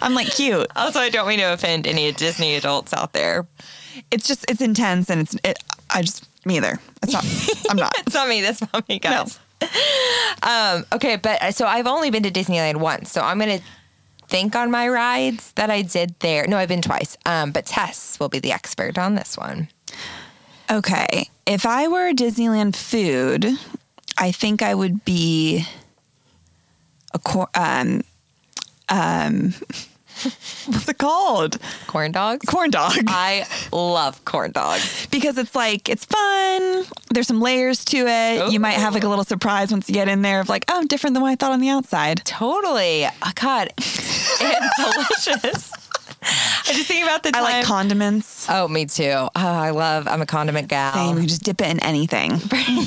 I'm like cute. also, I don't mean to offend any Disney adults out there. It's just it's intense and it's it. I just me either. It's not. I'm not. It's not me. That's not me, guys. Um, okay, but so I've only been to Disneyland once, so I'm gonna think on my rides that I did there. No, I've been twice. Um, but Tess will be the expert on this one. Okay. If I were a Disneyland food, I think I would be a cor- um um what's it called? Corn dogs. Corn dog. I love corn dogs. because it's like it's fun. There's some layers to it. You might have like a little surprise once you get in there of like, oh, different than what I thought on the outside. Totally. Oh, God, and delicious. I just think about the I time. like condiments. Um, oh, me too. Oh, I love. I'm a condiment gal. Same. You can just dip it in anything.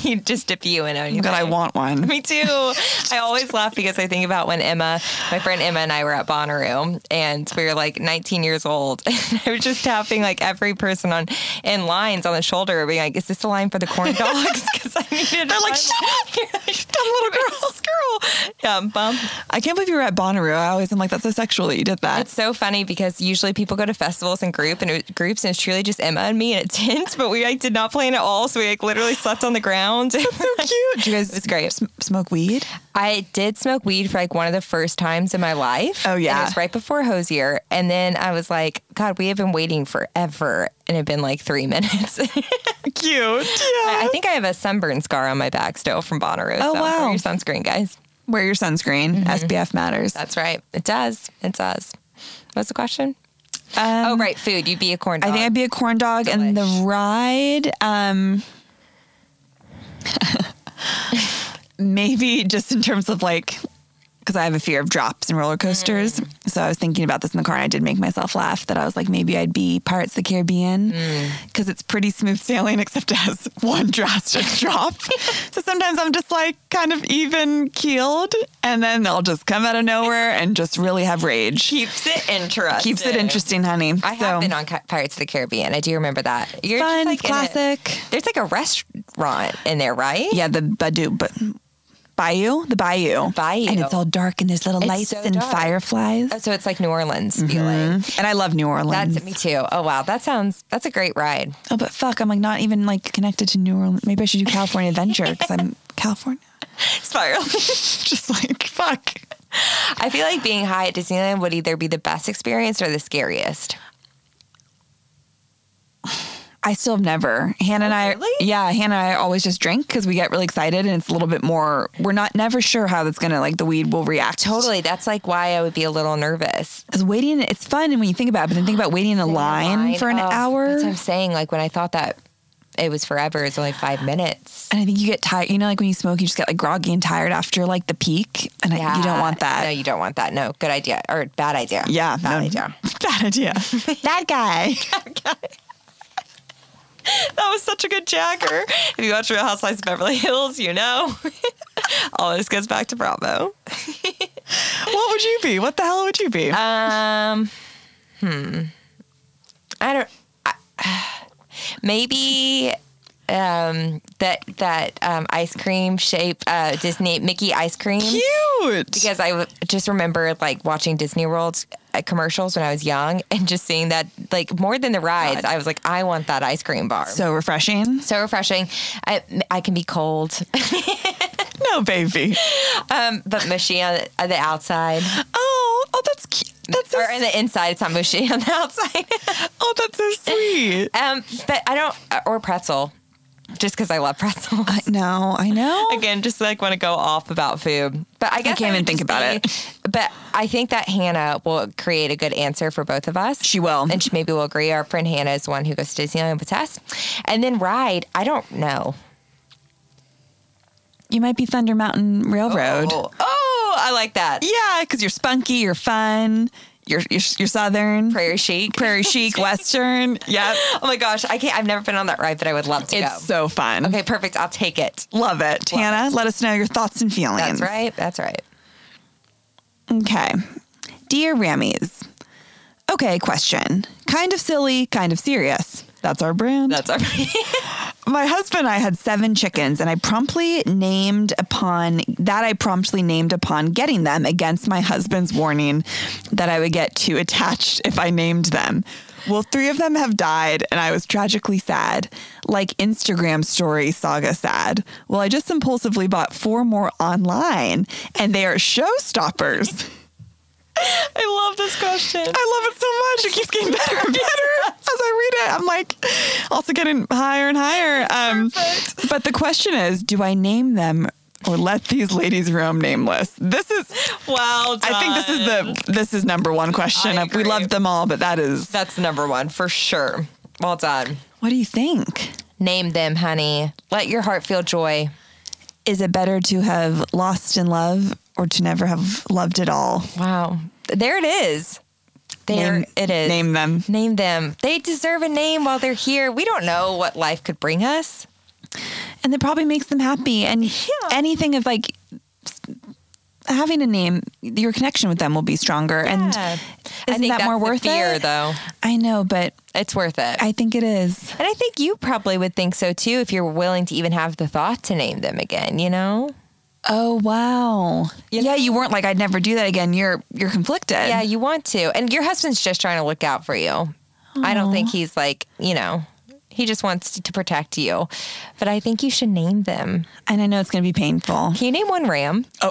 you just dip you in anything. God, I want one. Me too. I always laugh because I think about when Emma, my friend Emma and I were at Bonnaroo and we were like 19 years old. And I was just tapping like every person on in lines on the shoulder, being like, is this the line for the corn dogs? Because I needed They're like, "Shut dumb little girl. This girl. Yeah, bum. I can't believe you were at Bonnaroo. I always am like, that's so sexual that you did that. It's so funny because usually people go to festivals in group and it, groups, and it's truly just Emma and me in a tent. But we like did not plan at all, so we like literally slept on the ground. That's so cute. Did you guys It's great. sm- smoke weed? I did smoke weed for like one of the first times in my life. Oh, And yeah. it was right before Hosier. And then I was like, God, we have been waiting forever. And it had been like three minutes. I, Cute. Yeah. I think I have a sunburn scar on my back still from Bonnaroo. Oh, so wow. wear your sunscreen, guys. Wear your sunscreen. SPF matters. That's right. It does. It does. What's the question? Um, oh, right. Food. You'd be a corn dog. I think I'd be a corn dog and the ride. Um, maybe just in terms of like, because I have a fear of drops and roller coasters. Mm. So I was thinking about this in the car and I did make myself laugh that I was like, maybe I'd be Pirates of the Caribbean Mm. because it's pretty smooth sailing except it has one drastic drop. so sometimes I'm just like kind of even keeled and then they'll just come out of nowhere and just really have rage. keeps it interesting. Keeps it interesting, honey. I have So- been on Ca- Pirates of the Caribbean. I do remember that. You're just, fun, like, in a- classic. there's like a restaurant in there, right? Yeah, the Badoo, but bayou, the bayou, Bayou. and it's all dark and there's little It's lights so and dark. fireflies. Oh, so it's like New Orleans feeling. And I love New Mm-hmm. Orleans. That's me too. Oh wow, that sounds that's a great ride. oh, but fuck, I'm like not even like connected to New Orleans. Maybe I should do California Adventure because I'm California. Spiral. Just like fuck. I feel like being high at Disneyland would either be the best experience or the scariest. I still have never. Hannah and I, Oh, really? yeah, Hannah and I always just drink because we get really excited and it's a little bit more. We're not never sure how that's gonna like the weed will react. Totally. That's like why I would be a little nervous. Because waiting, it's fun, and when you think about it, but then think about waiting in a line, for an Oh, hour, That's what I'm and saying. Like when I thought that it was forever, it's only five minutes. I think you get tired. You know, like when you smoke, you just get like groggy and tired after like the peak, and I- you don't want that. No, you don't want that. No, good idea or bad idea. yeah, bad idea. Bad idea. that guy. That was such a good jagger. If you watch Real Housewives of Beverly Hills, you know. Always goes back to Bravo. what would you be? What the hell would you be? Um, hmm. I don't. I, maybe um, that that um, ice cream shape uh, Disney Mickey ice cream. Cute. Because I w- just remember like watching Disney World's uh, commercials when I was young, and just seeing that like more than the rides, I was like, I want that ice cream bar. So, so refreshing. refreshing. I I can be cold, No, baby. um, but mushy on the- on the outside, Oh, oh, that's cute. That's so or in the inside. It's not mushy on the outside. Oh, that's so sweet. Um, but I don't, or pretzel, just because I love pretzel. I know, I know. Again, just like want to go off about food, but I guess can't would even think just about be- But I think that Hannah will create a good answer for both of us. She will. and she maybe we'll agree. Our friend Hannah is the one who goes to Disneyland with us, and then ride. I don't know. You might be Thunder Mountain Railroad. Oh, oh, I like that. Yeah, because you're spunky, you're fun, you're you're, you're southern, Prairie chic. prairie chic, western. Yep, Oh my gosh, I can't. I've never been on that ride, but I would love to it's go. so fun. Okay, perfect. I'll take it. Love it, Hannah. Let us know your thoughts and feelings. That's right. That's right. Okay. Dear Rammies. Okay, question. Kind of silly, kind of serious. That's our brand. That's our. My husband and I had seven chickens, and I promptly named upon that I promptly named upon getting them against my husband's warning that I would get too attached if I named them. Well, three of them have died, and I was tragically sad, like Instagram story saga sad. Well, I just impulsively bought four more online, and they are showstoppers. I love this question. I love it so much. It keeps getting better and better as I read it. I'm like, also getting higher and higher. Um, but the question is, do I name them or let these ladies roam nameless? This is, Wow. I think this is the this is number one question. I We agree. love them all, but that is. That's number one for sure. Well done. What do you think? Name them, honey. Let your heart feel joy. Is it better to have lost in love or to never have loved at all? Wow. There it is. There Name- it is. Name them. Name them. They deserve a name while they're here. We don't know what life could bring us. and it probably makes them happy. And anything of like s- having a name, your connection with them will be stronger. And Yeah. I isn't think that more that's the worth fear, it? though. I know, but It's worth it. I think it is. and I think you probably would think so too if you're willing to even have the thought to name them again, you know? Oh wow! You yeah, you weren't like I'd never do that again. You're you're conflicted. Yeah, you want to. And your husband's just trying to look out for you. I don't think he's like, you know, he just wants to, to protect you. But I think you should name them. and I know it's gonna be painful. Can you name one ram? Oh.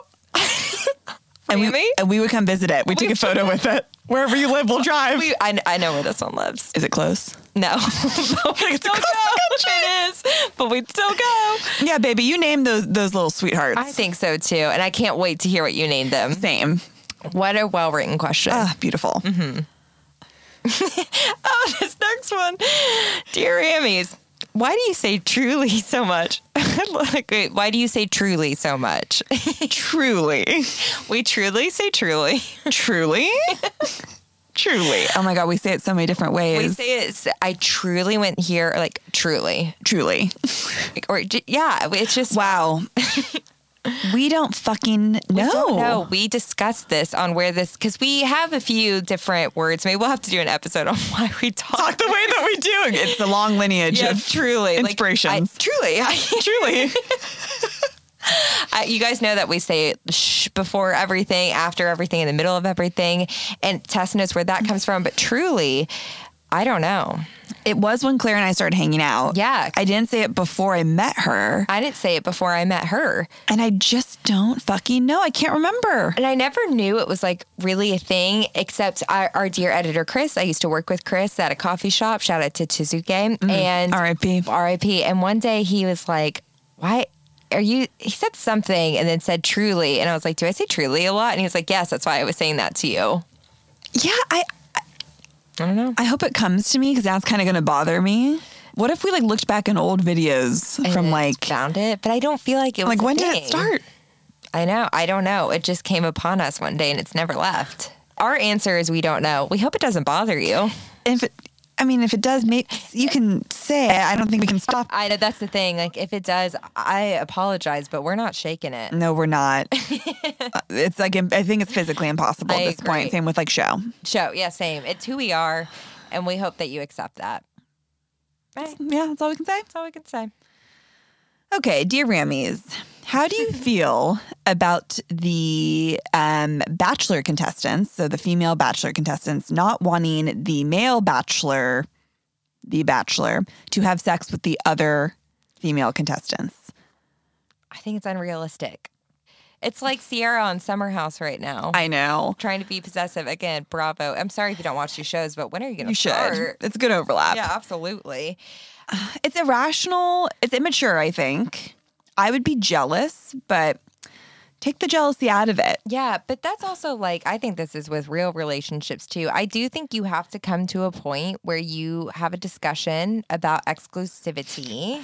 And Really? we, and we would come visit it. We took a photo with it. Wherever you live, we'll drive. We, I, I know where this one lives. Is it close? No. But we still go. It is. But we still go. Yeah, baby, you name those those little sweethearts. I think so too. And I can't wait to hear what you name them. Same. What a well written question. Ah, beautiful. oh, this next one. Dear Amy's, why do you say truly so much? Like, wait, why do you say truly so much? Truly. We truly say truly. Truly? truly. Oh my God, we say it so many different ways. We say it's I truly went here, or like truly, truly. or j- yeah, it's just Wow. we don't fucking know. No, we discussed this on where this because we have a few different words. Maybe we'll have to do an episode on why we talk. Talk the way that we do. It's the long lineage yeah, of truly, like, inspirations. I- truly, I- truly. I, you guys know that we say shh before everything, after everything, in the middle of everything. And Tess knows where that comes from. But truly, I don't know. It was when Claire and I started hanging out. Yeah. I didn't say it before I met her, I didn't say it before I met her. and I just don't fucking know. I can't remember. And I never knew it was like really a thing, except our, our dear editor, Chris. I used to work with Chris at a coffee shop. Shout out to Chizuke. And R.I.P. RIP. And one day he was like, Why are you? He said something and then said truly. And I was like, Do I say truly a lot? And he was like, Yes, that's why I was saying that to you. Yeah, I I don't know. I hope it comes to me because that's kind of going to bother me. What if we like looked back in old videos from And like found it, but I don't feel like it was like a when did it thing. start? I know. I don't know. It just came upon us one day and it's never left. Our answer is we don't know. We hope it doesn't bother you. If it, I mean, if it does, make you can say. it. I don't think we can stop. I know that's the thing. Like if it does, I apologize, but we're not shaking it. No, we're not. Uh, it's like im- I think it's physically impossible I at this agree. point. Same with like show. Show, yeah, same. It's who we are, and we hope that you accept that. Right. Yeah, that's all we can say. That's all we can say. Okay, dear Rammies, how do you feel about the um, bachelor contestants, so the female bachelor contestants, not wanting the male bachelor, the bachelor, to have sex with the other female contestants? I think it's unrealistic. It's like Sierra on Summer House right now, I know. trying to be possessive again. Bravo. I'm sorry if you don't watch these shows, but when are you going You to should. start? It's a good overlap. Yeah, absolutely. It's irrational. It's immature, I think. I would be jealous, but take the jealousy out of it. Yeah, but that's also like I think this is with real relationships too. I do think you have to come to a point where you have a discussion about exclusivity.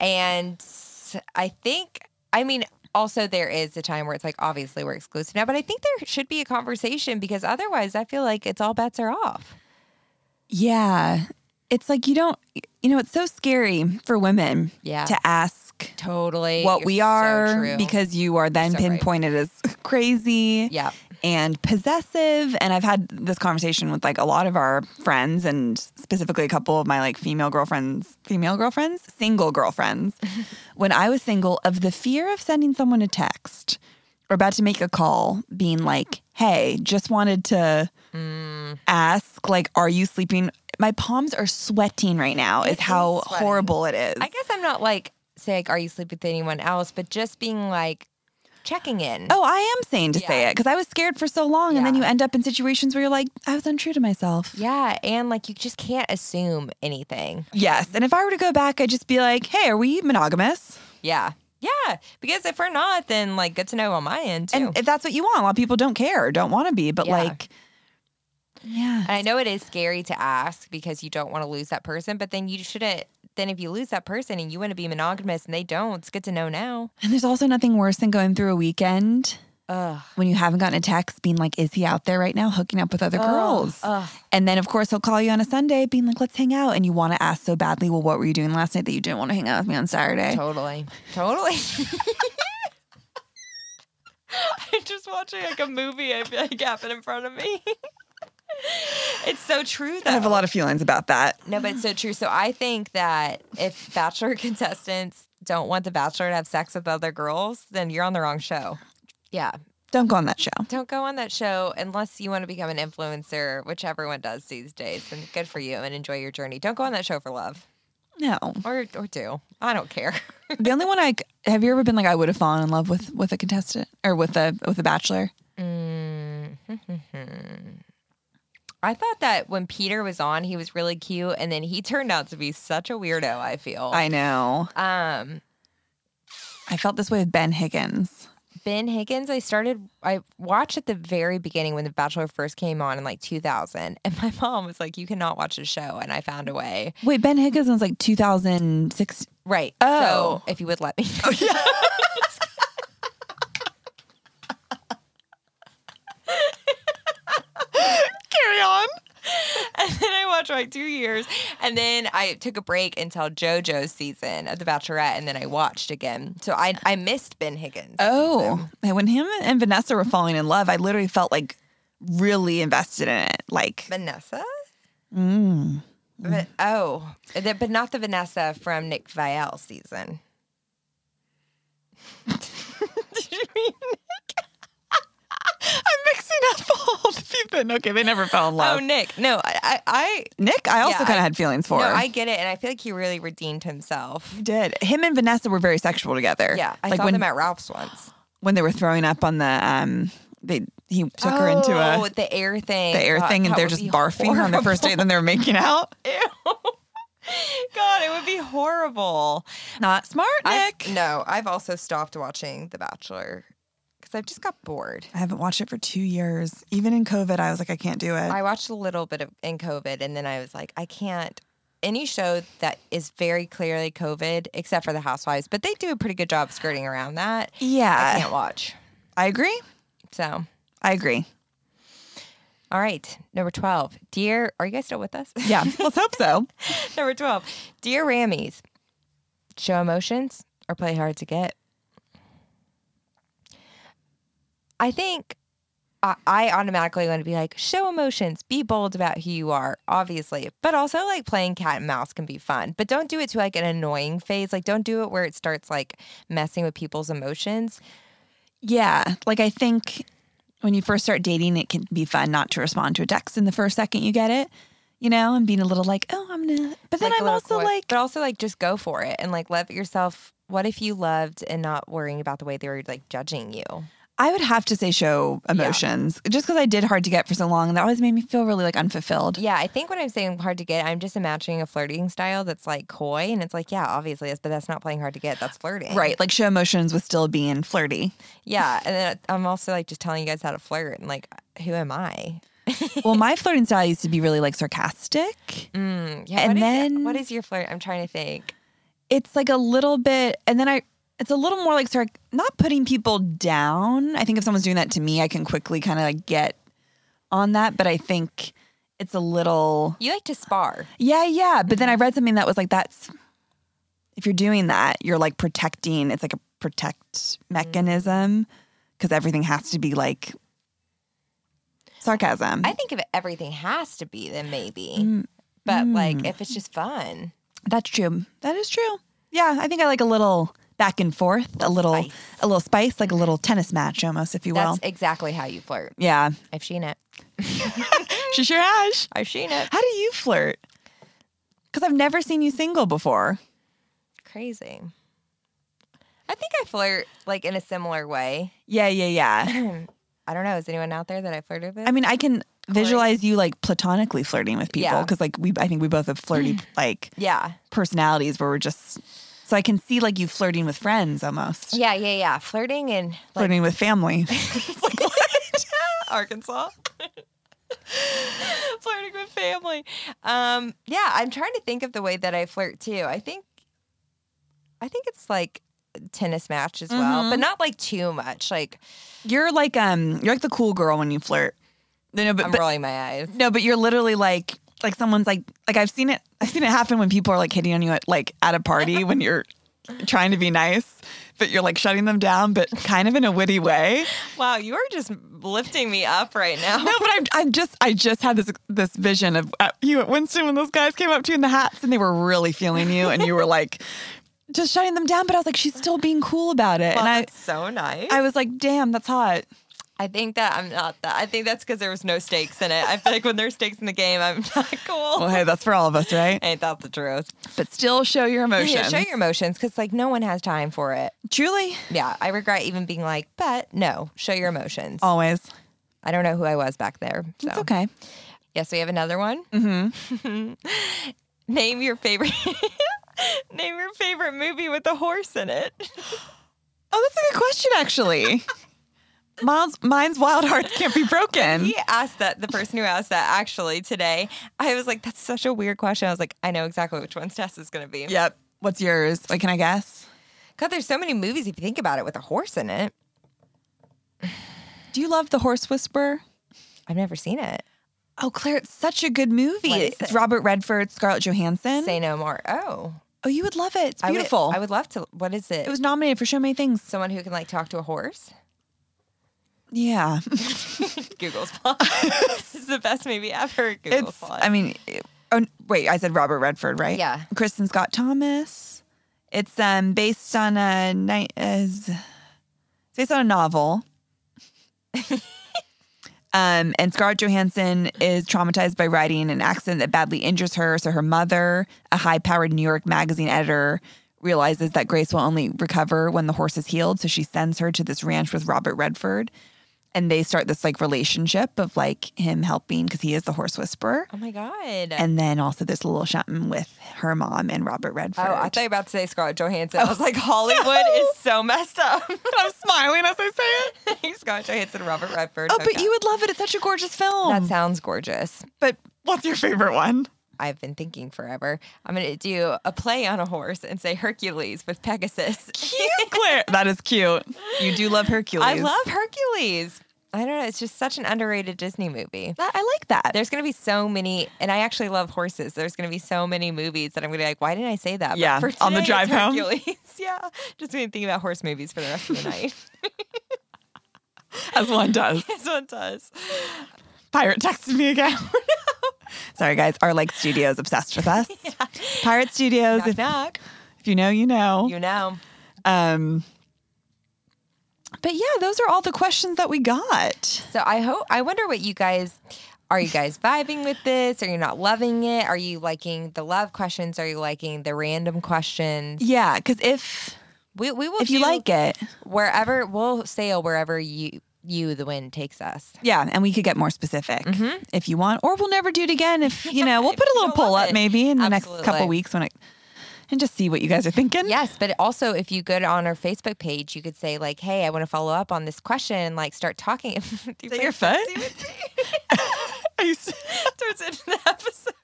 And I think I mean also there is a time where it's like obviously we're exclusive now, but I think there should be a conversation because otherwise I feel like it's all bets are off. Yeah. It's like you don't, you know, it's so scary for women Yeah. to ask Totally. what You're we so are true. because you are then So right. pinpointed as crazy Yeah. and possessive. And I've had this conversation with like a lot of our friends and specifically a couple of my like female girlfriends, female girlfriends, single girlfriends, when I was single, of the fear of sending someone a text or about to make a call being like, hey, just wanted to Mm. ask, like, are you sleeping? My palms are sweating right now, is is how sweating. horrible it is. I guess I'm not like saying like, are you sleeping with anyone else, but just being like checking in. Oh, I am sane to say Yeah. it because I was scared for so long. And then Yeah. you end up in situations where you're like, I was untrue to myself. Yeah, and like you just can't assume anything. Yes. And if I were to go back, I'd just be like, hey, are we monogamous? Yeah. Yeah, because if we're not, then like good to know on my end too. And And, if that's what you want, a lot of people don't care, or don't want to be, but Yeah. like, yeah. I know it is scary to ask because you don't want to lose that person, but then you shouldn't. Then if you lose that person and you want to be monogamous and they don't, it's good to know now. And there's also nothing worse than going through a weekend Ugh. when you haven't gotten a text being like, is he out there right now hooking up with other girls? ugh. And then, of course, he'll call you on a Sunday being like, let's hang out. And you want to ask so badly, well, what were you doing last night that you didn't want to hang out with me on Saturday? Totally. Totally. I'm just watching like a movie I feel like happen in front of me. it's so true though. I have a lot of feelings about that. No, but it's so true. So I think that if bachelor contestants don't want the bachelor to have sex with other girls, then you're on the wrong show. Yeah. Don't go on that show. Don't go on that show unless you want to become an influencer, which everyone does these days. And good for you and enjoy your journey. Don't go on that show for love. No. Or or do. I don't care. The only one I have you ever been like I would have fallen in love with with a contestant or with a with a bachelor? Mm-hmm. I thought that when Peter was on, he was really cute and then he turned out to be such a weirdo, I feel. I know. um I felt this way with Ben Higgins. Ben Higgins, I started, I watched at the very beginning when The Bachelor first came on in like 2000. And my mom was like, You cannot watch the show. And I found a way. Wait, Ben Higgins was like 2006. Right. Oh. So if you would let me. Oh, Carry on. and then I watched for like two years. And then I took a break until JoJo's season of The Bachelorette. And then I watched again. So I, I missed Ben Higgins. Oh, And when him and Vanessa were falling in love, I literally felt like really invested in it. Like Vanessa? Mm. Mm-hmm. But, oh, The- but not the Vanessa from Nick Vial season. I'm mixing up all the people. Okay, they never fell in Oh, love. Nick. No, I, I, Nick, I also Yeah, kind I- of had feelings I, for. no, her. I get it. And I feel like he really redeemed himself. He did. Him and Vanessa were very sexual together. Yeah. I like saw when them at Ralph's once. when they were throwing up on the um, they he took her into Oh, a the air thing. the air God, thing and that they're would just be barfing on the first date. and Then they were making out. God, it would be horrible. Not smart, I- Nick. no, I've also stopped watching The Bachelor because I've just got bored. I haven't watched it for two years. Even in COVID, I was like, I can't do it. I watched a little bit of in COVID, and then I was like, I can't. Any show that is very clearly COVID, except for The Housewives, but they do a pretty good job skirting around that. I yeah, can't watch. I agree. So, I agree. all right, number twelve, dear. Are you guys still with us? Yeah, let's hope so. number twelve, dear Rammies, show emotions or play hard to get. I think I, I automatically want to be like, show emotions, be bold about who you are, obviously. But also, like, playing cat and mouse can be fun, but don't do it to like an annoying phase. Like, don't do it where it starts like messing with people's emotions. Yeah, like I think when you first start dating, it can be fun not to respond to a text in the first second you get it, you know, and being a little like, oh, I'm gonna. But then Like, a I'm little also coy- like, but also, like, just go for it and like, let yourself. What if you loved and not worrying about the way they were like judging you? I would have to say show emotions just because I did hard to get for so long. That always made me feel really like unfulfilled. Yeah, I think when I'm saying hard to get, I'm just imagining a flirting style that's like coy and it's like, yeah, obviously, it's, but that's not playing hard to get. That's flirting. Right, like show emotions with still being flirty. Yeah. And then I'm also like just telling you guys how to flirt and like, who am I? well, my flirting style used to be really like sarcastic. Mm, yeah, And what is- then- what is your flirt? I'm trying to think. it's like a little bit and then i it's a little more like sort of not putting people down i think if someone's doing that to me i can quickly kind of like get on that but i think it's a little You like to spar. yeah yeah but then i read something that was like that's if you're doing that you're like protecting it's like a protect mechanism because everything has to be like sarcasm I think if everything has to be, then maybe. But like, if it's just fun, That's true. That is true. Yeah, I think I like a little back and forth, a little, spice. a little spice, like a little tennis match almost, if you will. that's exactly how you flirt. yeah, I've seen it. she sure has. I've seen it. How do you flirt? Because I've never seen you single before. Crazy. I think I flirt like in a similar way. Yeah, yeah, yeah. I don't know. Is anyone out there that I flirted with? I mean, I can visualize you like platonically flirting with people Yeah. because, like, we I think we both have flirty like yeah. personalities where we're just. So I can see like you flirting with friends almost, Yeah, yeah, yeah. Flirting and like flirting with family. Arkansas. Flirting with family. Um, yeah, I'm trying to think of the way that I flirt too. I think I think it's like tennis match as well, but not like too much. Like You're like um, you're like the cool girl when you flirt. No, no, but, I'm but rolling my eyes. No, but you're literally like like someone's like like I've seen it I've seen it happen when people are like hitting on you at like at a party when you're trying to be nice, but you're like shutting them down, but kind of in a witty way. Wow, you are just lifting me up right now. No, but I'm I'm just I just had this this vision of uh, you at Winston when those guys came up to you in the hats and they were really feeling you and you were like just shutting them down, but I was like she's still being cool about it, and I so nice. I was like damn that's hot. I think that I'm not that. I think that's because there was no stakes in it. I feel like when there's stakes in the game, I'm not cool. Well, hey, that's for all of us, right? Ain't that the truth? But still, show your emotions. Yeah, show your emotions because like no one has time for it. Truly, Yeah, I regret even being like, but no, show your emotions. always. I don't know who I was back there. So. It's okay. Yes, we have another one. Mm-hmm. Mm-hmm. Name your favorite. Name your favorite movie with a horse in it. Oh, that's a good question, actually. Miles, mine's wild hearts can't be broken. He asked that the person who asked that actually today. I was like, that's such a weird question. I was like, I know exactly which one Tess is going to be. Yep. What's yours? Like, can I guess? God, there's so many movies if you think about it with a horse in it. Do you love The Horse Whisperer? I've never seen it. Oh, Claire, it's such a good movie. What is It's it? Robert Redford, Scarlett Johansson. Say no more. Oh, Oh, you would love it. Mm-hmm. It's I would- beautiful. I would, love to. What is it? it was nominated for so many things. someone who can like talk to a horse. Yeah. Google's fault. this is the best movie ever. Google's It's, fault. I mean, it- oh, wait, I said Robert Redford, right? Yeah. Kristen Scott Thomas It's um based on a ni- is it's based on a novel. um, and Scarlett Johansson is traumatized by riding an accident that badly injures her. So her mother, a high-powered New York magazine editor, realizes that Grace will only recover when the horse is healed. So she sends her to this ranch with Robert Redford, and they start this like relationship of like him helping because he is the horse whisperer. Oh my god. And then also there's a little something with her mom and Robert Redford. Oh, I thought you were about to say Scarlett Johansson. I was like, Hollywood is so messed up. Oh. I'm smiling as I say it. Scarlett Johansson, Robert Redford. Oh, but okay. you um, would love it. It's such a gorgeous film. That sounds gorgeous. but what's your favorite one? I've been thinking forever. I'm going to do a play on a horse and say Hercules with Pegasus. Cute, Claire. that is cute. You do love Hercules. I love Hercules. I don't know. It's just such an underrated Disney movie. that. I like that. There's going to be so many, and I actually love horses. There's going to be so many movies that I'm going to be like, why didn't I say that? But Yeah, for on the today, it's drive home. Hercules. yeah. Just going to think about horse movies for the rest of the night. As one does. this one does. Pirate texted me again. Sorry, guys. Our like studios obsessed with us. Pirate Studios. Knock, If, knock. if you know, you know. You know. um, but yeah, those are all the questions that we got. So I hope I wonder what you guys are you guys vibing with this? Are you not loving it? Are you liking the love questions? Are you liking the random questions? Yeah, because if We we will if you do like it, wherever we'll sail wherever you you the wind takes us. Yeah, and we could get more specific if you want, or we'll never do it again. If you know, we'll If put a Mm-hmm. you little don't love poll up it. maybe in the next couple Absolutely. weeks when I and just see what you guys are thinking. Yes, but also if you go to on our Facebook page, you could say like, "Hey, I want to follow up on this question," and like start talking. Do you Is that play your foot? foot? I, used to- Towards the end of the episode,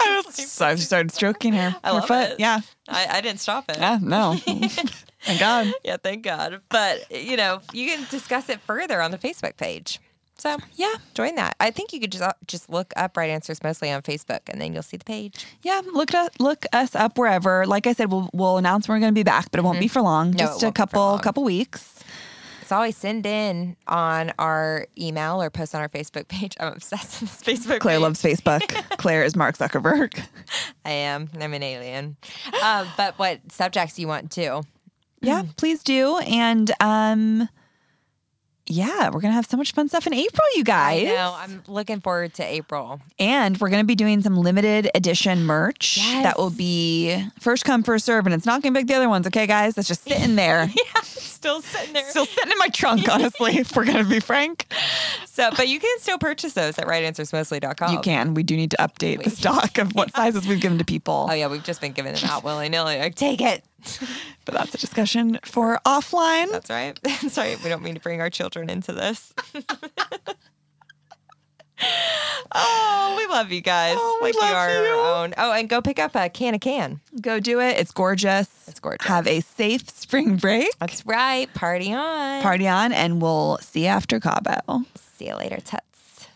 I was so I started stroking her. I her love foot. it. Yeah. I, I didn't stop it. Yeah. No. Thank God. Yeah, thank God. But you know, you can discuss it further on the Facebook page. So yeah, join that. I think you could just uh, just look up Right Answers Mostly on Facebook, and then you'll see the page. Yeah. Look us look us up wherever. Like I said, we'll we'll announce when we're going to be back, but it won't be for long. Mm-hmm. No, it just a won't be for couple long. couple weeks. It's always send in on our email or post on our Facebook page. I'm obsessed with this Facebook. Claire page. loves Facebook. Claire is Mark Zuckerberg. I am. I'm an alien. um, but what subjects you want to? Yeah, Mm. please do. And um yeah, we're gonna have so much fun stuff in April, you guys. I know. I'm looking forward to April. And we're gonna be doing some limited edition merch that Yes. will be first come, first serve, and it's not gonna be like the other ones, okay, guys? That's just sitting there. Still sitting there. Still sitting in my trunk, honestly, if we're gonna be frank. So, but you can still purchase those at rightanswersmostly.com. You can. We do need to update the stock of what sizes we've given to people. Oh yeah, we've just been giving them out willy nilly. Like, take it. But that's a discussion for offline. That's right. Sorry, we don't mean to bring our children into this. oh, we love you guys. Oh, we love you. own. Oh, and go pick up a can of can. Go do it. It's gorgeous. It's gorgeous. Have a safe spring break. That's right. Party on. Party on, and we'll see you after Cabo. See you later, tuts.